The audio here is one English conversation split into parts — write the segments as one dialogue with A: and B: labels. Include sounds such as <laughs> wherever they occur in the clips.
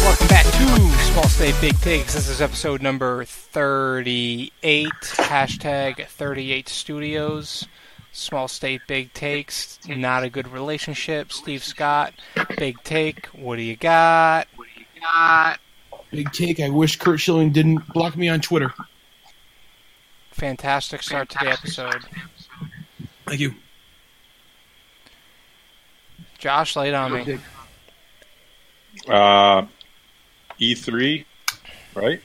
A: Welcome back to Small State Big Takes. This is episode number 38, hashtag 38 Studios. Small State Big Takes, not a good relationship. Steve Scott, Big Take, what do you got? What do you got?
B: Big take. I wish Kurt Schilling didn't block me on Twitter.
A: Fantastic start to the episode.
B: Thank you.
A: Josh laid on me.
C: Uh, E3, right?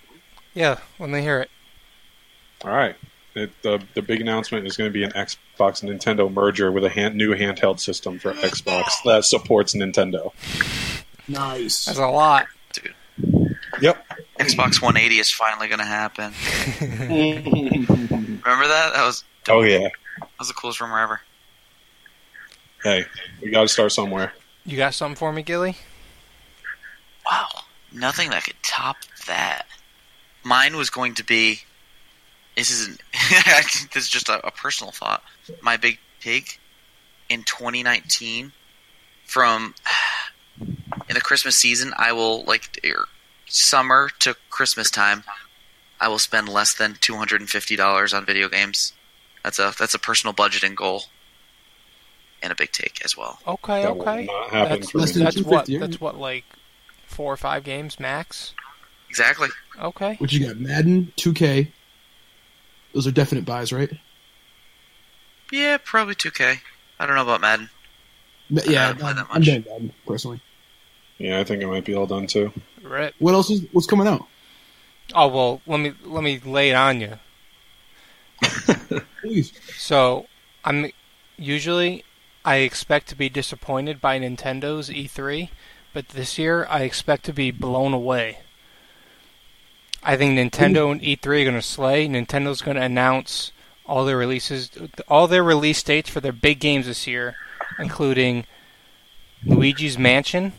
A: Yeah, when they hear it.
C: All right. It, the the big announcement is going to be an Xbox Nintendo merger with a hand, new handheld system for Xbox that supports Nintendo.
B: Nice.
A: That's a lot.
C: Yep.
D: Xbox 180 is finally going to happen. Remember that? That was
C: Oh yeah.
D: that was the coolest rumor ever.
C: Hey, we got to start somewhere.
A: You got something for me, Gilly?
D: Wow, nothing that could top that. Mine was going to be. This isn't. <laughs> this is just a, a personal thought. My big pig in 2019 from <sighs> in the Christmas season, I will like er, summer to Christmas time. I will spend less than two hundred and fifty dollars on video games. That's a that's a personal budgeting goal, and a big take as well.
A: Okay,
C: That will
A: okay.
C: not happen
A: That's,
C: for me.
B: Less than
A: that's what
B: 250,
A: that's what like four or five games max.
D: Exactly.
A: Okay.
B: What you got? Madden, 2K. Those are definite buys, right?
D: Yeah, probably 2K. I don't know about Madden.
B: Ma- Yeah,
D: don't play
B: I'm,
D: that
B: I'm
D: much.
B: done with Madden personally.
C: Yeah, I think it might be all done too.
A: Rip.
B: What else is what's coming out?
A: Oh well, let me let me lay it on you.
B: Please.
A: So I'm usually I expect to be disappointed by Nintendo's E3, but this year I expect to be blown away. I think Nintendo and E3 are going to slay. Nintendo's going to announce all their releases, all their release dates for their big games this year, including Luigi's Mansion,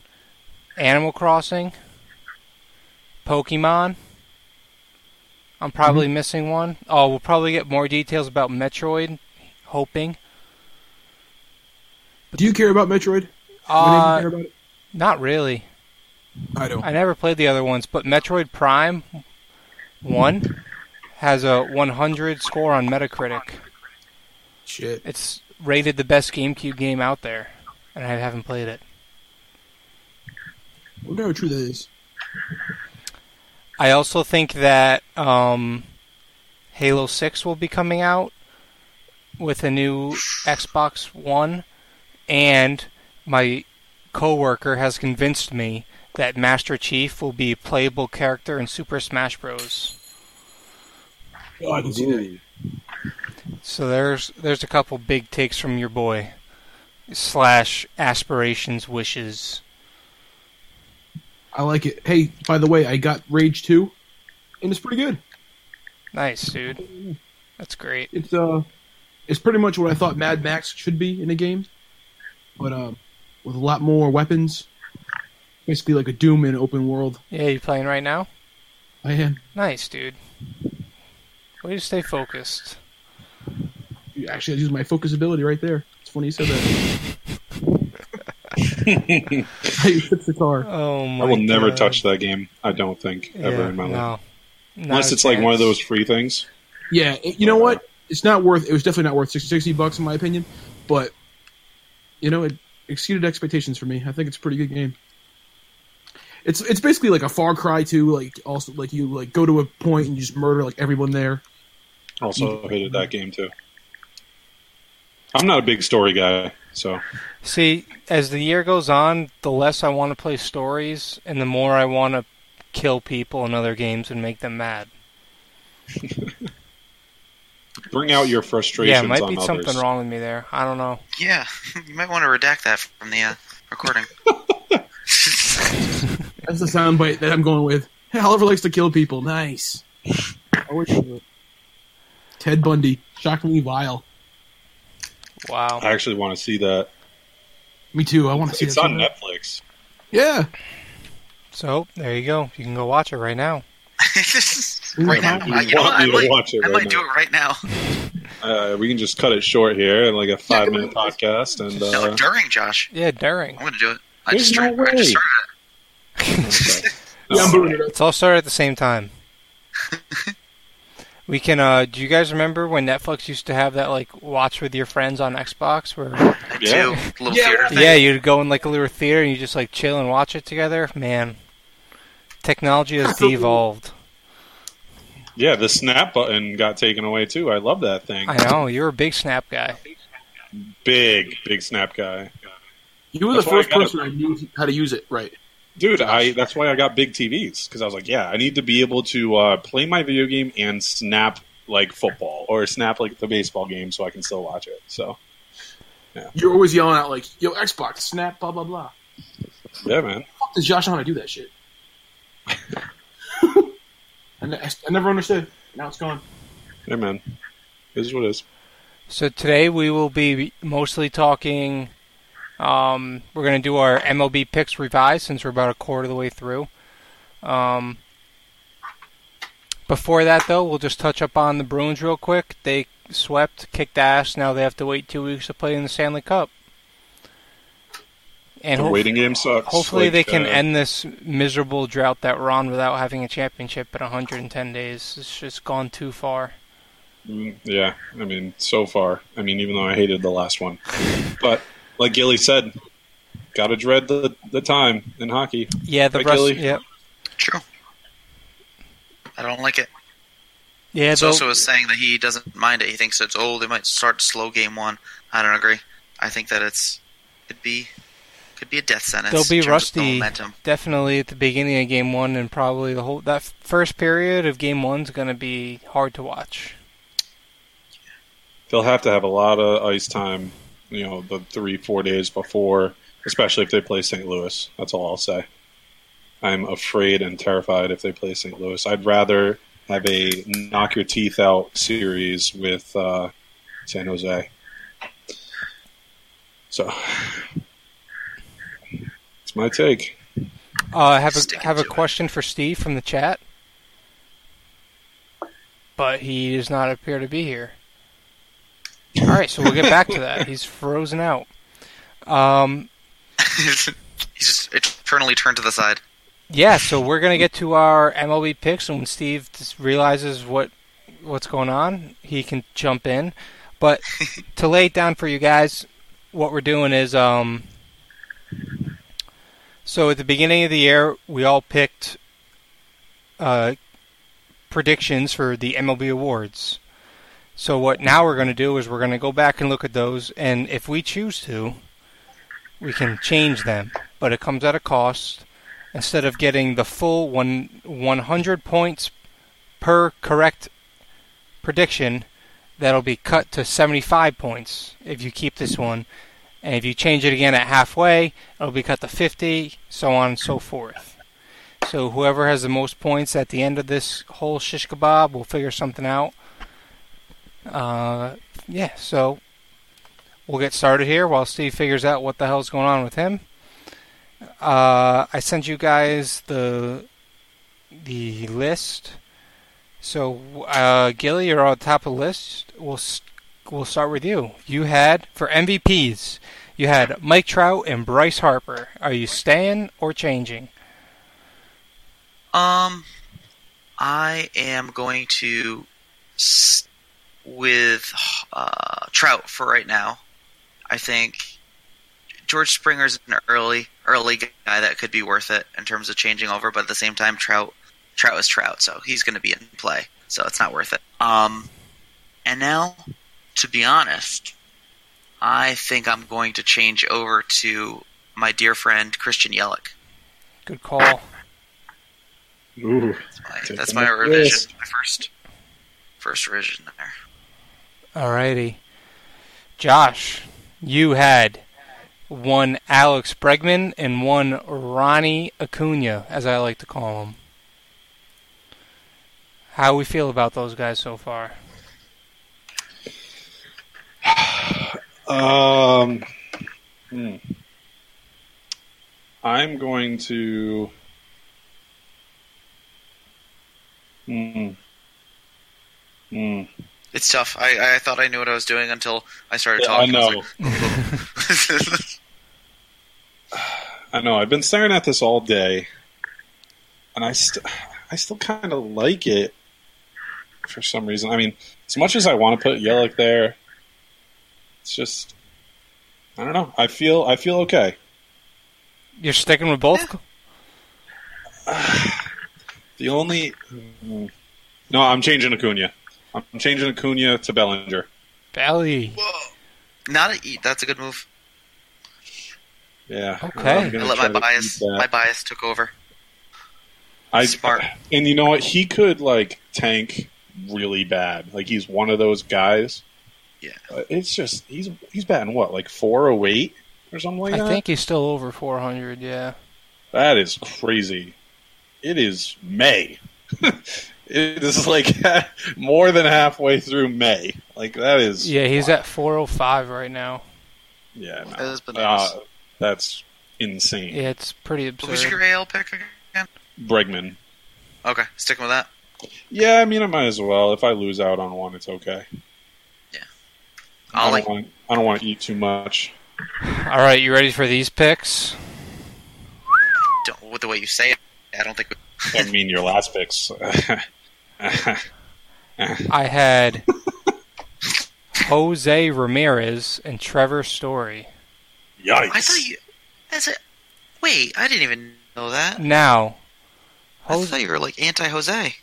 A: Animal Crossing, Pokemon. I'm probably missing one. Oh, we'll probably get more details about Metroid, hoping.
B: Do you care about Metroid? Would anyone care
A: Uh,
B: about it?
A: not really.
B: I don't.
A: I never played the other ones, but Metroid Prime 1 has a 100 score on Metacritic.
B: Shit.
A: It's rated the best GameCube game out there, and I haven't played it.
B: I wonder how true that is.
A: I also think that um, Halo 6 will be coming out with a new Xbox One, and my coworker has convinced me that Master Chief will be a playable character in Super Smash Bros.
B: Oh, I didn't see that.
A: So there's there's a couple big takes from your boy slash aspirations wishes.
B: I like it. Hey, by the way, I got Rage 2, and it's pretty good.
A: Nice, dude. That's great.
B: It's uh, it's pretty much what I thought Mad Max should be in a game, but uh, with a lot more weapons. Basically, like a Doom in an open world.
A: Yeah, you playing right now?
B: I am.
A: Nice, dude. Way to stay focused.
B: You actually use my focus ability right there. It's funny you said that. <laughs> I fixed the car.
A: Oh my!
C: I will never
A: God.
C: touch that game. I don't think ever
A: Yeah,
C: in my
A: no.
C: life,
A: Not
C: unless
A: a
C: it's like one of
A: chance.
C: those free things.
B: Yeah, it- you know what? It's not worth. It was definitely not worth six- sixty bucks in my opinion, but you know, it exceeded expectations for me. I think it's a pretty good game. It's it's basically like a Far Cry two, like also like you like go to a point and you just murder like everyone there.
A: Mm-hmm.
C: Also hated that game too. I'm not a big story guy, so
A: See, as the year goes on, the less I want to play stories, and the more I want to kill people in other games and make them mad.
C: bring out your frustrations
A: yeah, it might
C: on
A: be
C: others.
A: something wrong with me there. I don't know.
D: Yeah, <laughs> you might want to redact that from the uh, recording.
B: That's the soundbite that I'm going with. Hey, Oliver likes to kill people. Nice. I wish you would. Ted Bundy, shockingly vile.
A: Wow.
C: I actually want to see that.
B: Me too. I want to see
C: It's
B: that.
C: on Netflix.
B: Yeah.
A: So there you go. You can go watch it right now.
D: right now.
C: You
D: I, you know,
C: want
D: what,
C: me
D: I
C: to
D: might,
C: watch it
D: I
C: right
D: might
C: now.
D: do it right now. <laughs>
C: Uh, we can just cut it short here, like a five minute podcast. And
D: no,
C: uh,
D: during Josh,
A: Yeah, during.
D: I'm gonna do it. I
C: There's
D: just, started,
C: no
D: I just
C: way.
D: started it.
C: okay.
B: Yeah, I'm booting it up.
A: It's all started at the same
C: <laughs>
A: time. we can. uh Do you guys remember when Netflix used to have that like watch with your friends on Xbox? Where
D: I
C: Yeah.
D: do little
B: Yeah,
D: theater
B: well,
D: thing.
A: yeah, you'd go in like a little theater and you just like chill and watch it together. Man, technology has
B: Absolutely.
A: devolved.
C: yeah, the snap button got taken away too. I love that thing.
A: I know you're a big Snap guy.
C: Big, big snap guy.
B: You were
C: That's
B: the
C: why I
B: first
C: got it.
B: person I knew how to use it. Right.
C: Dude, I that's why I got big TVs because I was like, yeah, I need to be able to uh, play my video game and snap like football or snap like the baseball game so I can still watch it. So
B: You're always yelling out like, "Yo, Xbox, snap, blah blah blah."
C: yeah, man.
B: Fuck does Josh know how to do that <laughs> shit? I, ne- I never understood. Now it's gone.
C: Yeah, man. This is what it is.
A: So today we will be mostly talking. Um, we're going to do our MLB picks revised since we're about a quarter of the way through. Um, before that, though, we'll just touch up on the Bruins real quick. They swept, kicked ass. Now they have to wait two weeks to play in the Stanley Cup. And
C: The
A: hope-
C: waiting game sucks.
A: hopefully
C: Like,
A: they can
C: uh,
A: end this miserable drought that we're on without having a championship in 110 days. It's just gone too far.
C: Mm, Yeah, I mean, so far, I mean, even though I hated the last one, but like Gilly said, gotta dread the the time in hockey.
A: Yeah, the
C: Right,
A: rest.
C: Gilly?
A: Yep.
D: True. I don't like it.
A: Yeah,
D: It's
A: though-
D: also is saying that he doesn't mind it. He thinks it's oh they might start slow game one. I don't agree. I think that it's could be could be a death sentence.
A: They'll be
D: in terms of the
A: rusty.
D: momentum. <laughs>
A: definitely at the beginning of game one and probably the whole that first period of game one's going to be hard to watch
C: They'll have to have a lot of ice time, you know, the three four days before, especially if they play St. Louis. That's all I'll say. I'm afraid and terrified if they play St. Louis. I'd rather have a knock your teeth out series with uh, San Jose. So, it's my take.
A: uh, I have a,
D: Stick
A: have a
D: to it.
A: question for steve from the chat but he does not appear to be here all right so we'll get back to that he's frozen out um,
D: He's just eternally turned to the side.
A: yeah so we're going to get to our mlb picks and when steve just realizes what what's going on he can jump in but to lay it down for you guys what we're doing is um so at the beginning of the year we all picked uh predictions for the MLB awards. So what now we're going to do is we're going to go back and look at those and if we choose to we can change them, but it comes at a cost. Instead of getting the full one 100 points per correct prediction, that'll be cut to 75 points if you keep this one. And if you change it again at halfway, it'll be cut to 50, so on and so forth. So whoever has the most points at the end of this whole shish kebab will figure something out. Uh, yeah, so we'll get started here while Steve figures out what the hell's going on with him. Uh, I sent you guys the the list. So, uh, Gilly, you're on top of the list. We'll s- we'll start with you. You had for MVPs, you had Mike Trout and Bryce Harper. Are you staying or changing?
D: Um, I am going to s- with uh, Trout for right now. I think George Springer's an early early guy that could be worth it in terms of changing over, but at the same time, Trout Trout is Trout, so he's going to be in play, so it's not worth it. Um, and now, to be honest, I think I'm going to change over to my dear friend Christian Yelich.
A: Good call.
C: Ooh.
D: my-
C: Take
D: that's
C: a
D: my
C: look at
D: revision.
C: this.
D: My first, first revision there.
A: Alrighty, Josh, you had one Alex Bregman and one Ronnie Acuna, as I like to call him. How we feel about those guys so far?
C: Um, hmm. I'm going to. Hmm. Mm.
D: It's tough. I, I thought I knew what I was doing until I started
C: Yeah, I
D: talking.
C: know.
D: was like- <laughs>
C: I know. I've been staring at this all day, and I, st- I still kind of like it for some reason. I mean, as much as I want to put Yelich there, it's just I don't know. I feel I feel okay.
A: You're sticking with both.
C: The only Mm. no, I'm changing Acuna. I'm changing Acuna to Bellinger.
A: Belly.
D: Whoa. Not a eat. That's a good move.
C: Yeah.
A: Okay.
C: I'm
D: I
C: gonna
D: let
C: try
D: my
C: to
D: bias
C: keep that.
D: my bias took over.
C: I,
D: Smart.
C: <laughs> And you know what? He could like tank really bad. Like he's one of those guys.
D: Yeah.
C: Uh, It's just he's he's batting what like four oh eight or something like that.
A: I think he's still over 400. Yeah.
C: That is crazy. It is May. <laughs> it is like <laughs> more than halfway through May. Like that is
A: Yeah, he's at 405 right now.
C: yeah. no.
D: That is bananas.
C: Uh, that's insane.
A: Yeah, it's pretty
D: Who's your
A: absurd.
D: AL pick again?
C: Bregman.
D: Okay, sticking with that.
C: Yeah, I mean, I might as well. If I lose out on one, it's okay.
D: Yeah.
C: I
D: Ollie.
C: don't, want, I don't want to eat too much.
A: All right, you ready for these picks?
D: Don't, with the way you say it, I don't think. We,
C: I mean, your last picks. <laughs>
A: I had <laughs> Jose Ramirez and Trevor Story.
C: Yikes.
D: I thought you. That's it. Wait, I didn't even know that.
A: Now,
D: I
A: Jose,
D: thought you were like anti Jose.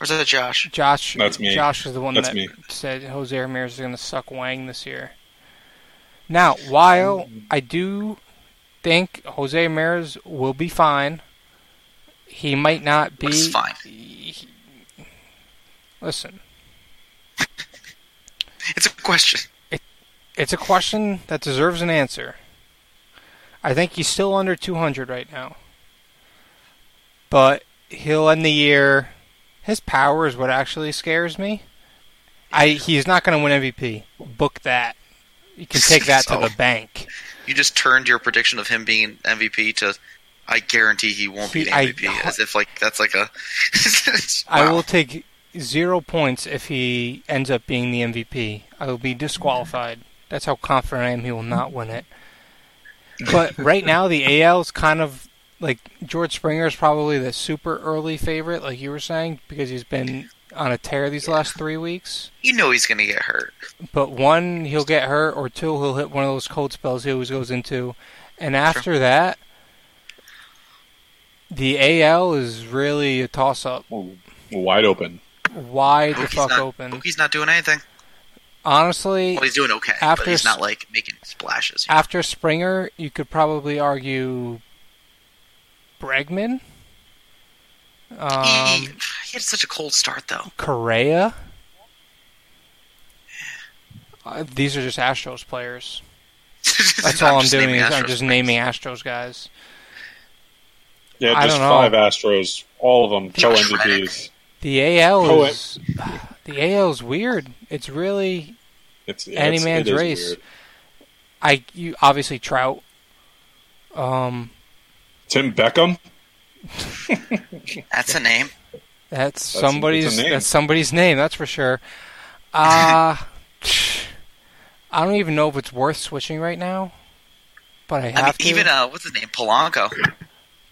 D: Or is that Josh?
A: Josh.
C: That's me.
A: Josh is the one
C: That's
A: that
C: me.
A: said Jose Ramirez is going to suck Wang this year. Now, while
C: Um,
A: I do think Jose Ramirez will be fine, he might not be.
D: Looks fine.
A: he- listen,
D: It's a question.
A: it's a question that deserves an answer. I think he's still under 200 right now. But he'll end the year. His power is what actually scares me. I he's not going to win MVP. Book that. You can take that to the
D: So-
A: bank.
D: You just turned your prediction of him being MVP to. I guarantee he won't
A: He-
D: be the
A: I-
D: MVP. as if like that's like a. <laughs>
A: I
D: Wow.
A: will take zero points if he ends up being the MVP. I will be disqualified. That's how confident I am he will not win it. But right now, the AL is kind of like George Springer is probably the super early favorite, like you were saying, because he's been on a tear these last three weeks.
D: You know he's gonna get hurt.
A: But one, he'll get hurt, or two, he'll hit one of those cold spells he always goes into. And after that, the AL is really a toss up,
C: Wide open.
A: wide the
D: Bookie's
A: fuck
D: not,
A: open.
D: Bookie's not doing anything.
A: Honestly,
D: Well, he's doing okay,
A: After
D: but he's
A: s-
D: not like making splashes.
A: after Springer, you could probably argue Bregman,
D: he,
A: um,
D: he had such a cold start though. <laughs>
A: Correa. Uh, these are just Astros
D: <laughs>
A: players. That's all I'm,
D: just
A: doing
D: naming
A: is I'm
D: Astros
A: just
D: players.
A: naming Astros guys.
C: Yeah,
A: I
C: just
A: don't know.
C: five Astros, all of them co
D: Josh
C: MVPs.
A: The AL
C: Oh,
A: is <sighs> the AL is weird. It's really
C: It's,
A: Any
C: it's-
A: man's
C: it is
A: race.
C: weird.
A: I you obviously Trout. Um,
C: Tim Beckham.
D: That's a name.
A: that's,
C: That's a- it's a
A: somebody's
C: name.
A: that's somebody's name. That's for sure. Uh, <laughs> I don't even know if it's worth switching right now, but I have
D: I mean,
A: to.
D: even uh, what's his name? Polanco.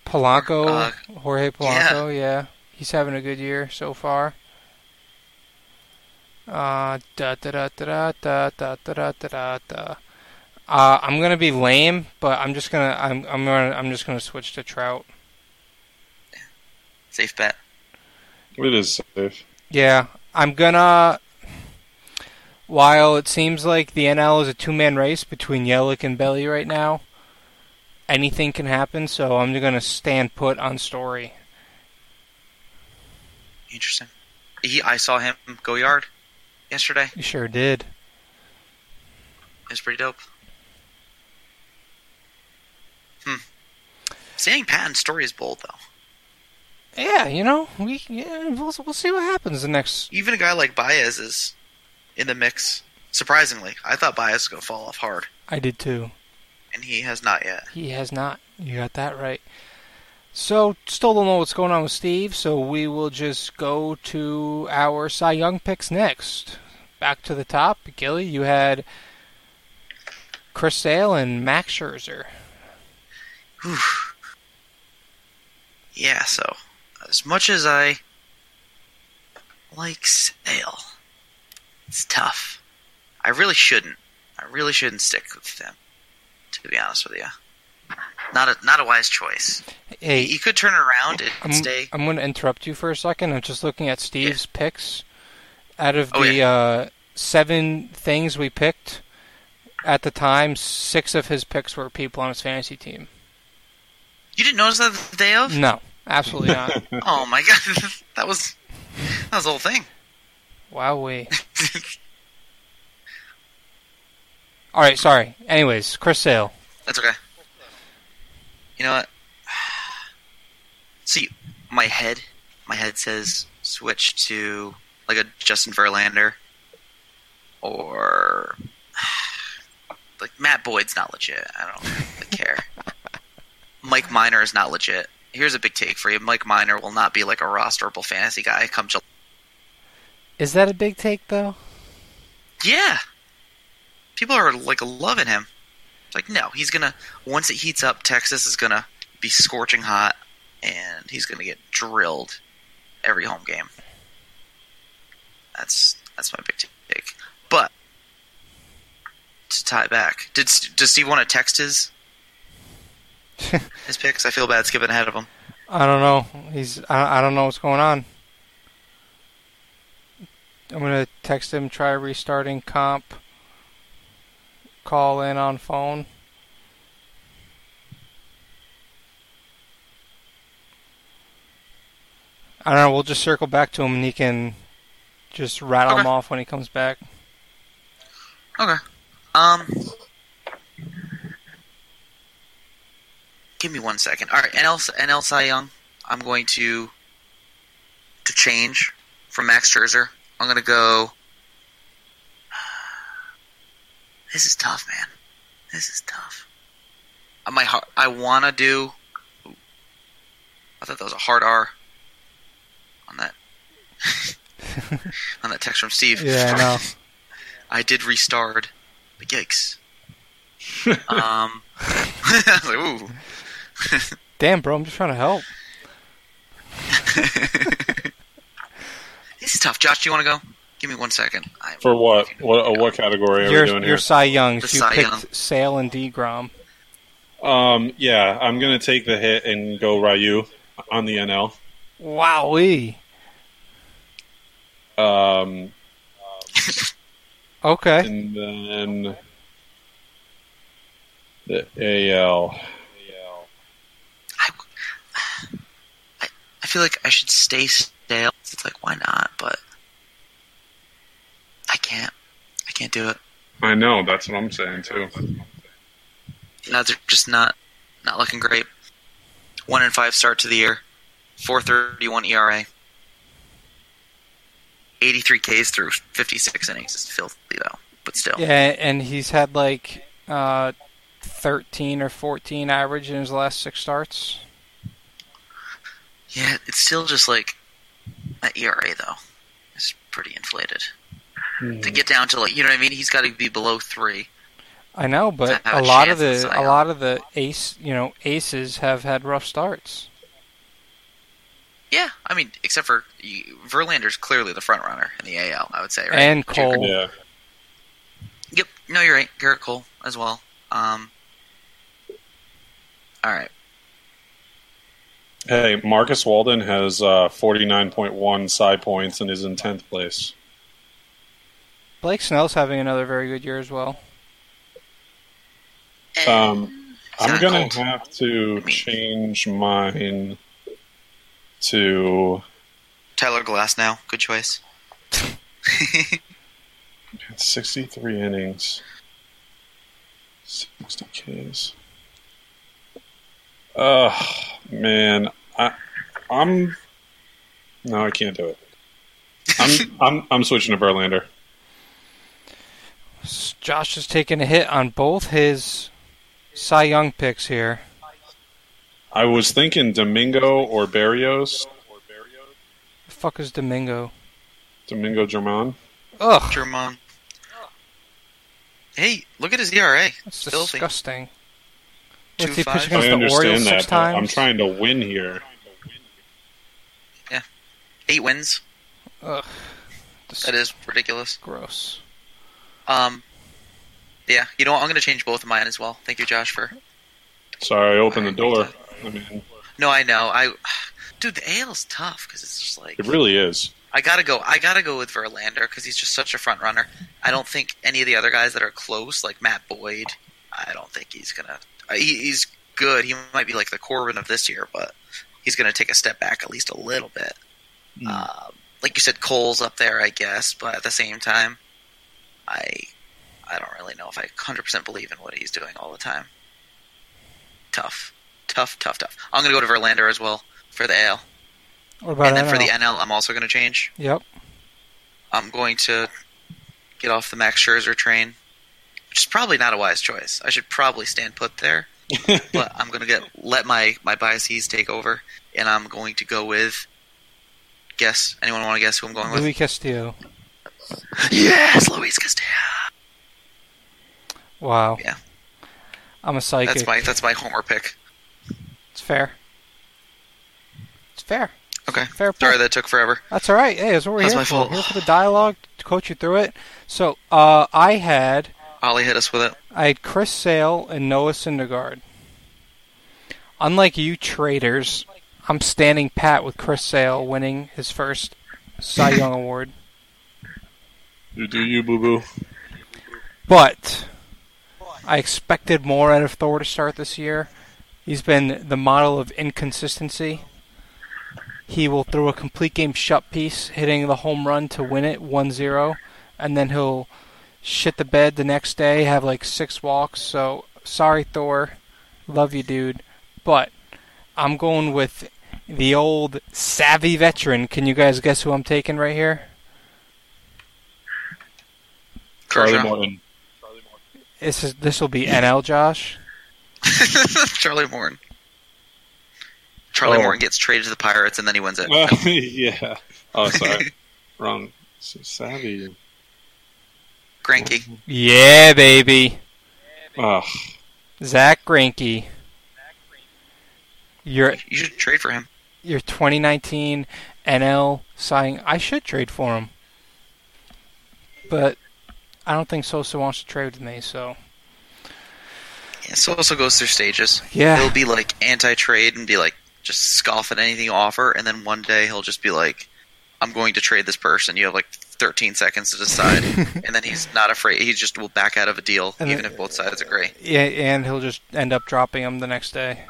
A: Polanco,
D: Uh,
A: Jorge Polanco, yeah. he's having a good year so far. Uh, da da da da da da da da da da da. Uh, I'm gonna be lame, but I'm just gonna I'm I'm gonna I'm just gonna switch to Trout.
D: Safe bet.
C: It is safe.
A: Yeah, I'm gonna. While it seems like the NL is a two-man race between Yelich and Belly right now, anything can happen. So I'm gonna stand put on Story.
D: Interesting. He, I saw him go yard yesterday.
A: You sure did.
D: It was pretty dope. Hmm. Saying Patton's story is bold though.
A: Yeah, you know, we yeah, we'll, we'll see what happens the next.
D: Even a guy like Baez is in the mix. Surprisingly, I thought Baez was gonna fall off hard,
A: I did too.
D: and he has not yet.
A: He has not. You got that right. So, still don't know what's going on with Steve, so we will just go to our Cy Young picks next. Back to the top, Gilly, you had Chris Sale and Max Scherzer.
D: Yeah, so as much as I like Sale, it's tough. I really shouldn't. I really shouldn't stick with them. To be honest with you, not a not a wise choice.
A: Hey, Um,
D: You could turn it around and
A: I'm,
D: stay.
A: I'm going to interrupt you for a second. I'm just looking at Steve's picks. Out of
D: Oh,
A: the
D: yeah.
A: uh, seven things we picked at the time, six of his picks were people on his fantasy team.
D: You didn't notice that the day of?
A: No, absolutely not.
D: Oh my god, <laughs> that was that was the whole thing.
A: Wowee. All right, sorry. Anyways, Chris Sale.
D: That's okay. You know what? See, my head, my head says switch to like a Justin Verlander or <sighs> like Matt Boyd's not legit. I don't really care. Mike Miner is not legit. Here's a big take for you. Mike Miner will not be like a rosterable fantasy guy come July.
A: Is that a big take though?
D: Yeah. People are like loving him. It's like, no, he's gonna once it heats up, Texas is gonna be scorching hot and he's gonna get drilled every home game. That's that's my big take. But to tie back, did does Steve want to text his his picks? I feel bad skipping ahead of him.
A: I don't know. He's I, I don't know what's going on. I'm gonna text him. Try restarting comp. Call in on phone. I don't know. We'll just circle back to him, and he can just rattle
D: Okay.
A: him off when he comes back.
D: Okay. Um. Give me one second. All right, NL s- NL Cy Young. I'm going to to change from Max Scherzer. I'm going to go. This is tough, man. This is tough. Uh, My heart. I want to do. I thought that was a hard R. On that. <laughs> on that text from Steve.
A: Yeah, I know.
D: I did restart, but yikes. um, <laughs> I was like, ooh. <laughs>
A: Damn, bro, I'm just trying to help.
D: This is tough. Josh, do you want to go? Give me one second. I,
C: For what? What? Uh, what category are
A: You're,
C: we doing
A: you're
C: here?
A: Cy Young.
D: The
A: You
D: Cy
A: picked
D: Young.
A: Sale and Degrom.
C: Um, yeah, I'm gonna take the hit and go Ryu on the NL.
A: Wowee.
C: Um,
A: Okay.
C: and then the AL.
D: I, I- I feel like I should stay stale. It's like, why not? But I can't. I can't do it.
C: I know that's what I'm saying too.
D: No, they're just not not looking great. One and five start to the year. Four E thirty one ERA. Eighty three Ks through fifty six innings is filthy though. But still.
A: Yeah, and he's had like uh, 13 or 14 average in his last six starts.
D: Yeah, it's still just like that ERA though. It's pretty inflated. To get down to like you know what I mean, he's got to be below three.
A: I know, but
D: Doesn't have
A: a
D: a
A: lot of
D: chance,
A: the
D: I
A: a
D: know.
A: lot of the ace, you know, aces have had rough starts.
D: Yeah, I mean, except for you, Verlander's clearly the front runner in the AL. I would say, right?
A: And
D: Would you agree?
A: Cole.
C: Yeah,
D: Yep. No, you're right. Garrett Cole as well. Um. All right.
C: Hey, Marcus Walden has uh, 49.1 side points and is in 10th place.
A: Blake Snell's having another very good year as well.
C: Um,
D: It's
C: I'm
D: not
C: going
D: cold.
C: to have to
D: I mean-
C: change mine to.
D: Tyler Glass now. Good choice. <laughs>
C: it's 63 innings, 60 Ks. Ugh, man, I, I'm. No, I can't do it. I'm I'm I'm switching to Verlander.
A: S- Josh has taken a hit on both his Cy Young picks here.
C: I was thinking Domingo or Barrios,
A: The fuck is Domingo?
C: Domingo German.
A: Ugh,
D: German. Hey, look at his E ERA.
A: that's
D: filthy.
A: disgusting.
D: Two
A: What's he
D: fives.
A: pitching
C: I
A: against the Orioles
C: understand
A: six
C: that, but
A: times?
C: I'm trying to win here.
D: Eight wins.
A: Ugh,
D: That is ridiculous.
A: gross.
D: Um, yeah, you know what? I'm going to change both of mine as well. Thank you, Josh, for.
C: Sorry, I opened the door. I mean,
D: No, I know. I, <sighs> dude, the AL's tough because it's just like
C: it really is.
D: I gotta go. I gotta go with Verlander because he's just such a front runner. I don't think any of the other guys that are close, like Matt Boyd, I don't think he's gonna. uh, He, he's good. He might be like the Corbin of this year, but he's gonna take a step back at least a little bit.
C: Hmm.
D: Um, like you said, Cole's up there, I guess, but at the same time, I I don't really know if I 100% believe in what he's doing all the time. Tough, tough, tough, tough. I'm gonna go to Verlander as well for the AL,
A: What about
D: and then
A: NL?
D: for the NL, I'm also gonna change.
A: Yep.
D: I'm going to get off the Max Scherzer train, which is probably not a wise choice. I should probably stand
A: <laughs>
D: put there, but I'm going to get let my my biases take over, and I'm going to go with. Guess anyone want to guess who I'm going with?
A: Luis Castillo.
D: Yes, Luis Castillo.
A: Wow.
D: Yeah.
A: I'm a psychic.
D: That's my that's my homer pick.
A: It's fair. It's fair.
D: Okay,
A: Fair.
D: sorry
A: play.
D: that took forever.
A: That's all right. Hey, that's what we're
D: That's
A: here
D: my
A: for.
D: fault.
A: We're here for the dialogue to coach you through it. So uh, I had
D: Ollie hit us with it.
A: I had Chris Sale and Noah Syndergaard. Unlike you traitors, I'm standing pat with Chris Sale winning his first Cy
D: <laughs>
A: Young award.
C: You do you, boo boo.
A: But I expected more out of Thor to start this year. He's been the model of inconsistency. He will throw a complete game shut piece, hitting the home run to win it 1 0, and then he'll shit the bed the next day, have like six walks. So, sorry, Thor. Love you, dude. But I'm going with the old savvy veteran. Can you guys guess who I'm taking right here?
C: Charlie
D: Kershaw.
C: Morton.
A: This is this will be NL Josh.
D: <laughs> Charlie Morton. Charlie
C: Oh.
D: Morton gets traded to the Pirates, and then he wins it. <laughs>
C: Uh, <laughs> yeah. Oh, sorry. Wrong. So savvy.
D: Granky.
A: Yeah, baby.
C: Ugh. <laughs>
A: Zach Greinke. Your
D: You should trade for him.
A: your 2019 NL signing. I should trade for him, but I don't think Sosa wants to trade with me. So
D: Yeah, Sosa goes through stages.
A: yeah,
D: he'll be like anti-trade and be like just scoff at anything you offer, and then one day he'll just be like, "I'm going to trade this person." You have like 13 seconds
A: <laughs>
D: to decide, and then he's not afraid. He just will back out of a deal,
A: And
D: even
A: then-
D: if both sides agree.
A: yeah, and he'll just end up dropping him the next day.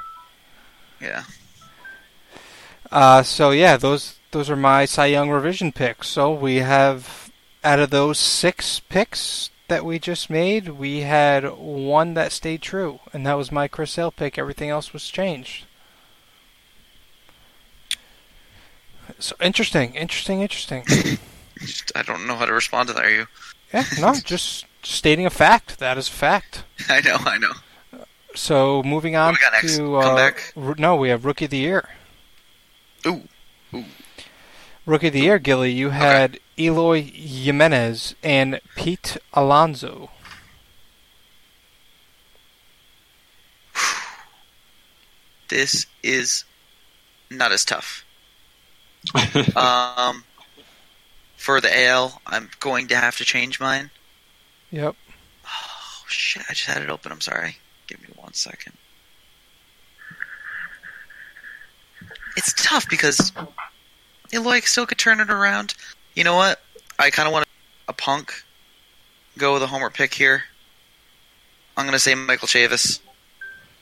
D: Yeah,
A: Uh, so yeah, those those are my Cy Young revision picks. So we have out of those six picks that we just made, we had one that stayed true, and that was my Chris Sale pick. Everything else was changed. So interesting, interesting, interesting. <coughs>
D: Just- I don't know how to respond to that. Are you? <laughs>
A: Yeah, no, just stating a fact. That is a fact.
D: I know, I know.
A: So moving on
D: we got next?
A: to uh,
D: Comeback?
A: r- no, we have rookie of the year.
D: Ooh, ooh.
A: Rookie of the year, Gilly. You had Eloy Jimenez and Pete Alonso.
D: This is not as tough. Um, for the AL, I'm going to have to change mine.
A: Yep.
D: Oh shit! I just had it open. I'm sorry. Give me one second. It's tough because Eloy still could turn it around. You know what? I kind of want a punk. Go with a homer pick here. I'm gonna say Michael Chavis.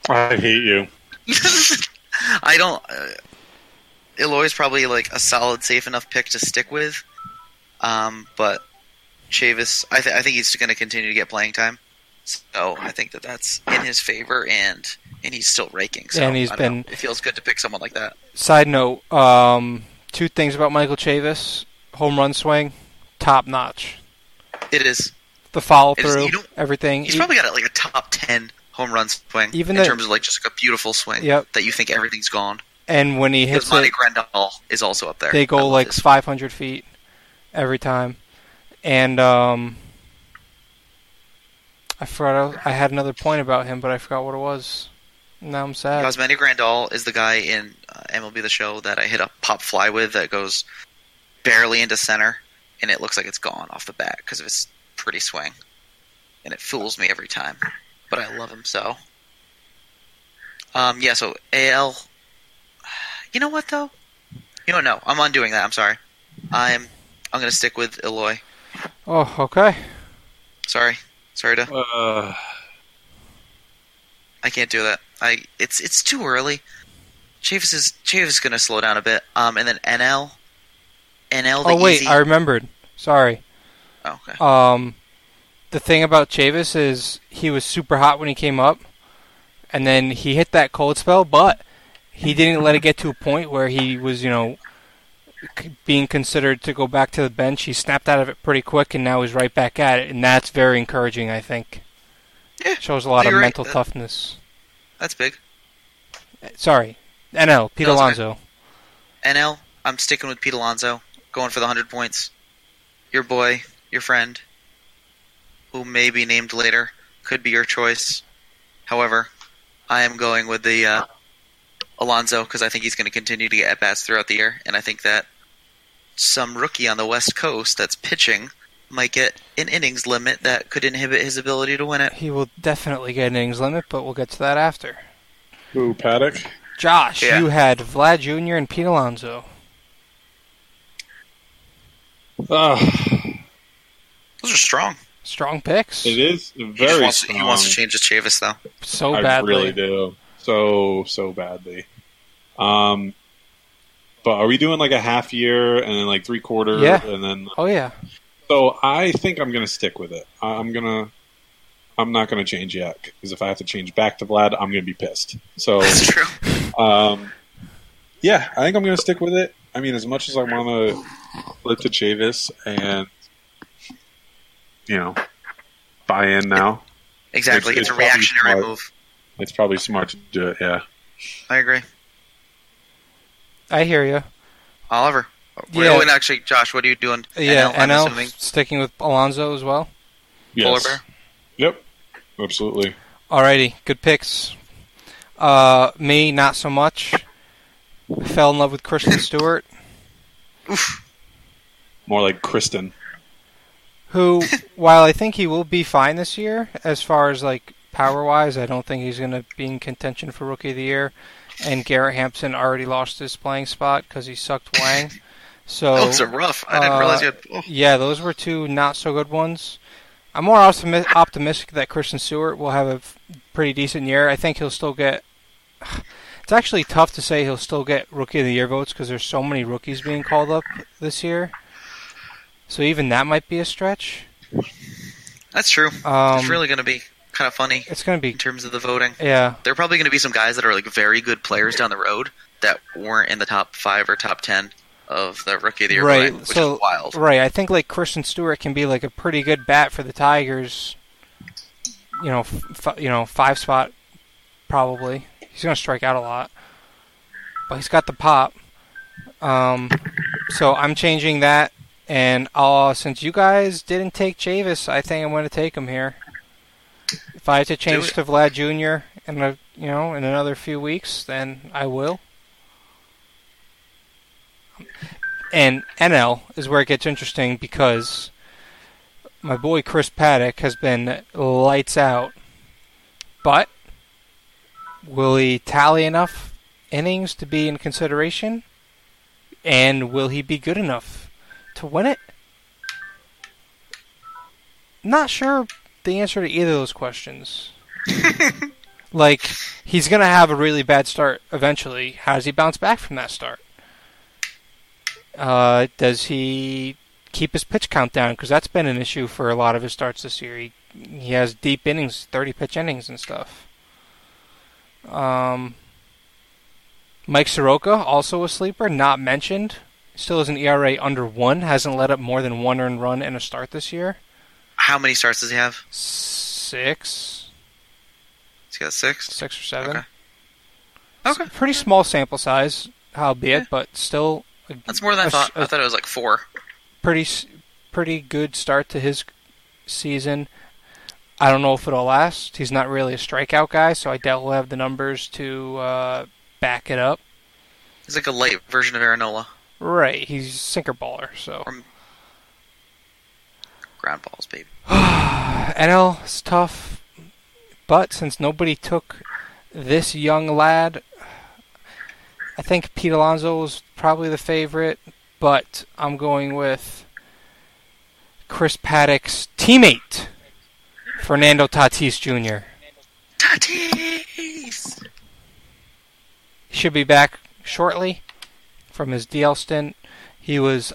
C: I hate you.
D: <laughs> I don't. Uh, Eloy's probably like a solid, safe enough pick to stick with. Um, but Chavis, I, th- I think he's going to continue to get playing time. So I think that that's in his favor, and and he's still raking. So
A: And he's
D: I don't know.
A: been-
D: It feels good to pick someone like that.
A: Side note: um, two things about Michael Chavis: home run swing, top notch.
D: It is.
A: The follow
D: It is-
A: through,
D: you don't-
A: everything.
D: He's
A: E-
D: probably got like a top ten home run swing
A: Even
D: in
A: the-
D: terms of like just like a beautiful swing
A: Yep.
D: that you think everything's gone.
A: And when he
D: Because
A: hits
D: Monty
A: it,
D: Grandal is also up there.
A: they
D: I
A: go
D: love
A: like
D: his-
A: 500 feet every time. And um, I forgot I, I had another point about him, but I forgot what it was. Now I'm sad.
D: Because Manny Grandal is the guy in uh, MLB The Show that I hit a pop fly with that goes barely into center, and it looks like it's gone off the bat because of its pretty swing, and it fools me every time. But I love him so. Um, yeah. So AL. <sighs> You know what though? You know, no, I'm undoing that. I'm sorry. I'm I'm gonna stick with Eloy.
A: Oh, okay.
D: Sorry, sorry to.
C: Uh,
D: I can't do that. I it's it's too early. Chavis is Chavis is gonna slow down a bit. Um, and then NL, NL. The
A: Oh wait,
D: easy-
A: I remembered. Sorry.
D: oh, okay.
A: Um, the thing about Chavis is he was super hot when he came up, and then he hit that cold spell, but he didn't let it get to a point where he was, you know, c- being considered to go back to the bench. He snapped out of it pretty quick, and now he's right back at it, and that's very encouraging. I think
D: Yeah,
A: shows a lot of
D: you're right. Uh,
A: mental
D: That-
A: toughness.
D: that's big.
A: Eh, Sorry, NL Pete
D: No, it's
A: Alonso.
D: NL. I'm sticking with Pete Alonso, going for the hundred points. Your boy, your friend, who may be named later, could be your choice. However, I am going with the uh, Alonso because I think he's going to continue to get at bats throughout the year, and I think that some rookie on the West Coast that's pitching might get an innings limit that could inhibit his ability to win it.
A: He will definitely get an innings limit, but we'll get to that after.
C: who Paddock?
A: Josh,
D: Yeah.
A: you had Vlad Jr. and Pete Alonso.
C: Uh,
D: Those are strong.
A: Strong picks.
C: it is
D: He, just
C: very
D: wants,
C: strong.
D: he wants to change his Chavis though.
A: so
C: I
A: badly.
C: really do. So so badly. Um, but are we doing like a half year and then like three quarter
A: Yeah.
C: and then
A: Oh yeah.
C: so I think I'm gonna stick with it. I- I'm gonna I'm not gonna change yet because if I have to change back to Vlad, I'm gonna be pissed. So
D: <laughs> That's true.
C: um, yeah, I think I'm gonna stick with it. I mean, as much as I want to flip to Chavis and you know buy in now,
D: Exactly.
C: It's- it's
D: It's, a
C: probably
D: reactionary
C: smart.
D: move.
C: it's probably smart to do it. Yeah.
D: I agree.
A: I hear you.
D: Oliver.
A: Yeah.
D: Yeah. and actually, Josh, what are you doing?
A: Yeah,
D: NL, I'm
A: NL,
D: assuming.
A: sticking with Alonso as well.
D: Polar
C: Yes.
D: bear.
C: Yep. Absolutely.
A: Alrighty, good picks. Uh, me not so much. Fell in love with Kristen Stewart,
C: More like Kristen. <laughs>
A: who, while I think he will be fine this year, as far as like power wise, I don't think he's going to be in contention for Rookie of the Year. And Garrett Hampson already lost his playing spot because he sucked Wang.
C: <laughs>
A: So
D: Those are rough. I didn't
A: uh,
D: realize you had. Oh,
A: Yeah, those were two not so good ones. I'm more optimi- optimistic that Christian Stewart will have a f- pretty decent year. I think he'll still get. <sighs> It's actually tough to say he'll still get rookie of the year votes because there's so many rookies being called up this year. So even that might be a stretch.
D: that's true.
A: Um,
D: it's really going to be kind of funny
A: it's going to
D: in
A: be
D: terms of the voting.
A: yeah.
D: There are probably going to be some guys that are like very good players down the road that weren't in the top five or top ten of the rookie of the year
A: Right,
D: voting, which
A: so-
D: is wild.
A: Right, I think like Christian Stewart can be like a pretty good bat for the Tigers. You know, f- f- you know, five spot probably. He's going to strike out a lot, but he's got the pop. Um, so I'm changing that, and I'll, since you guys didn't take Chavis, I think I'm going to take him here. If I had to change
D: it.
A: to Vlad Jr. in a, you know in another few weeks, then I will. And NL is where it gets interesting because my boy Chris Paddock has been lights out. But will he tally enough innings to be in consideration? And will he be good enough to win it? Not sure the answer to either of those questions. like, he's going to have a really bad start eventually. How does he bounce back from that start? Uh, does he keep his pitch count down? Because that's been an issue for a lot of his starts this year. He, he has deep innings, 30 pitch innings and stuff. Um, Mike Soroka, also a sleeper, not mentioned. Still has an ERA under one, hasn't let up more than one earned run in a start this year.
D: How many starts does he have?
A: Six.
D: He's She got six.
A: six or seven.
D: Okay.
A: It's
D: Okay.
A: a pretty small sample size, howbeit,
D: Yeah.
A: but still a,
D: That's more than I
A: a-
D: thought.
A: a
D: I thought it was like four.
A: pretty s- pretty good start to his season. I don't know if it'll last. He's not really a strikeout guy, so I doubt we'll have the numbers to uh, back it up.
D: It's like a light version of Aranola.
A: Right, he's a sinker baller. So
D: Ground balls, baby.
A: NL is tough, but since nobody took this young lad, I think Pete Alonso is probably the favorite. But I'm going with Chris Paddock's teammate, Fernando Tatis Jr.
D: Tatis!
A: should be back shortly from his DL stint. He was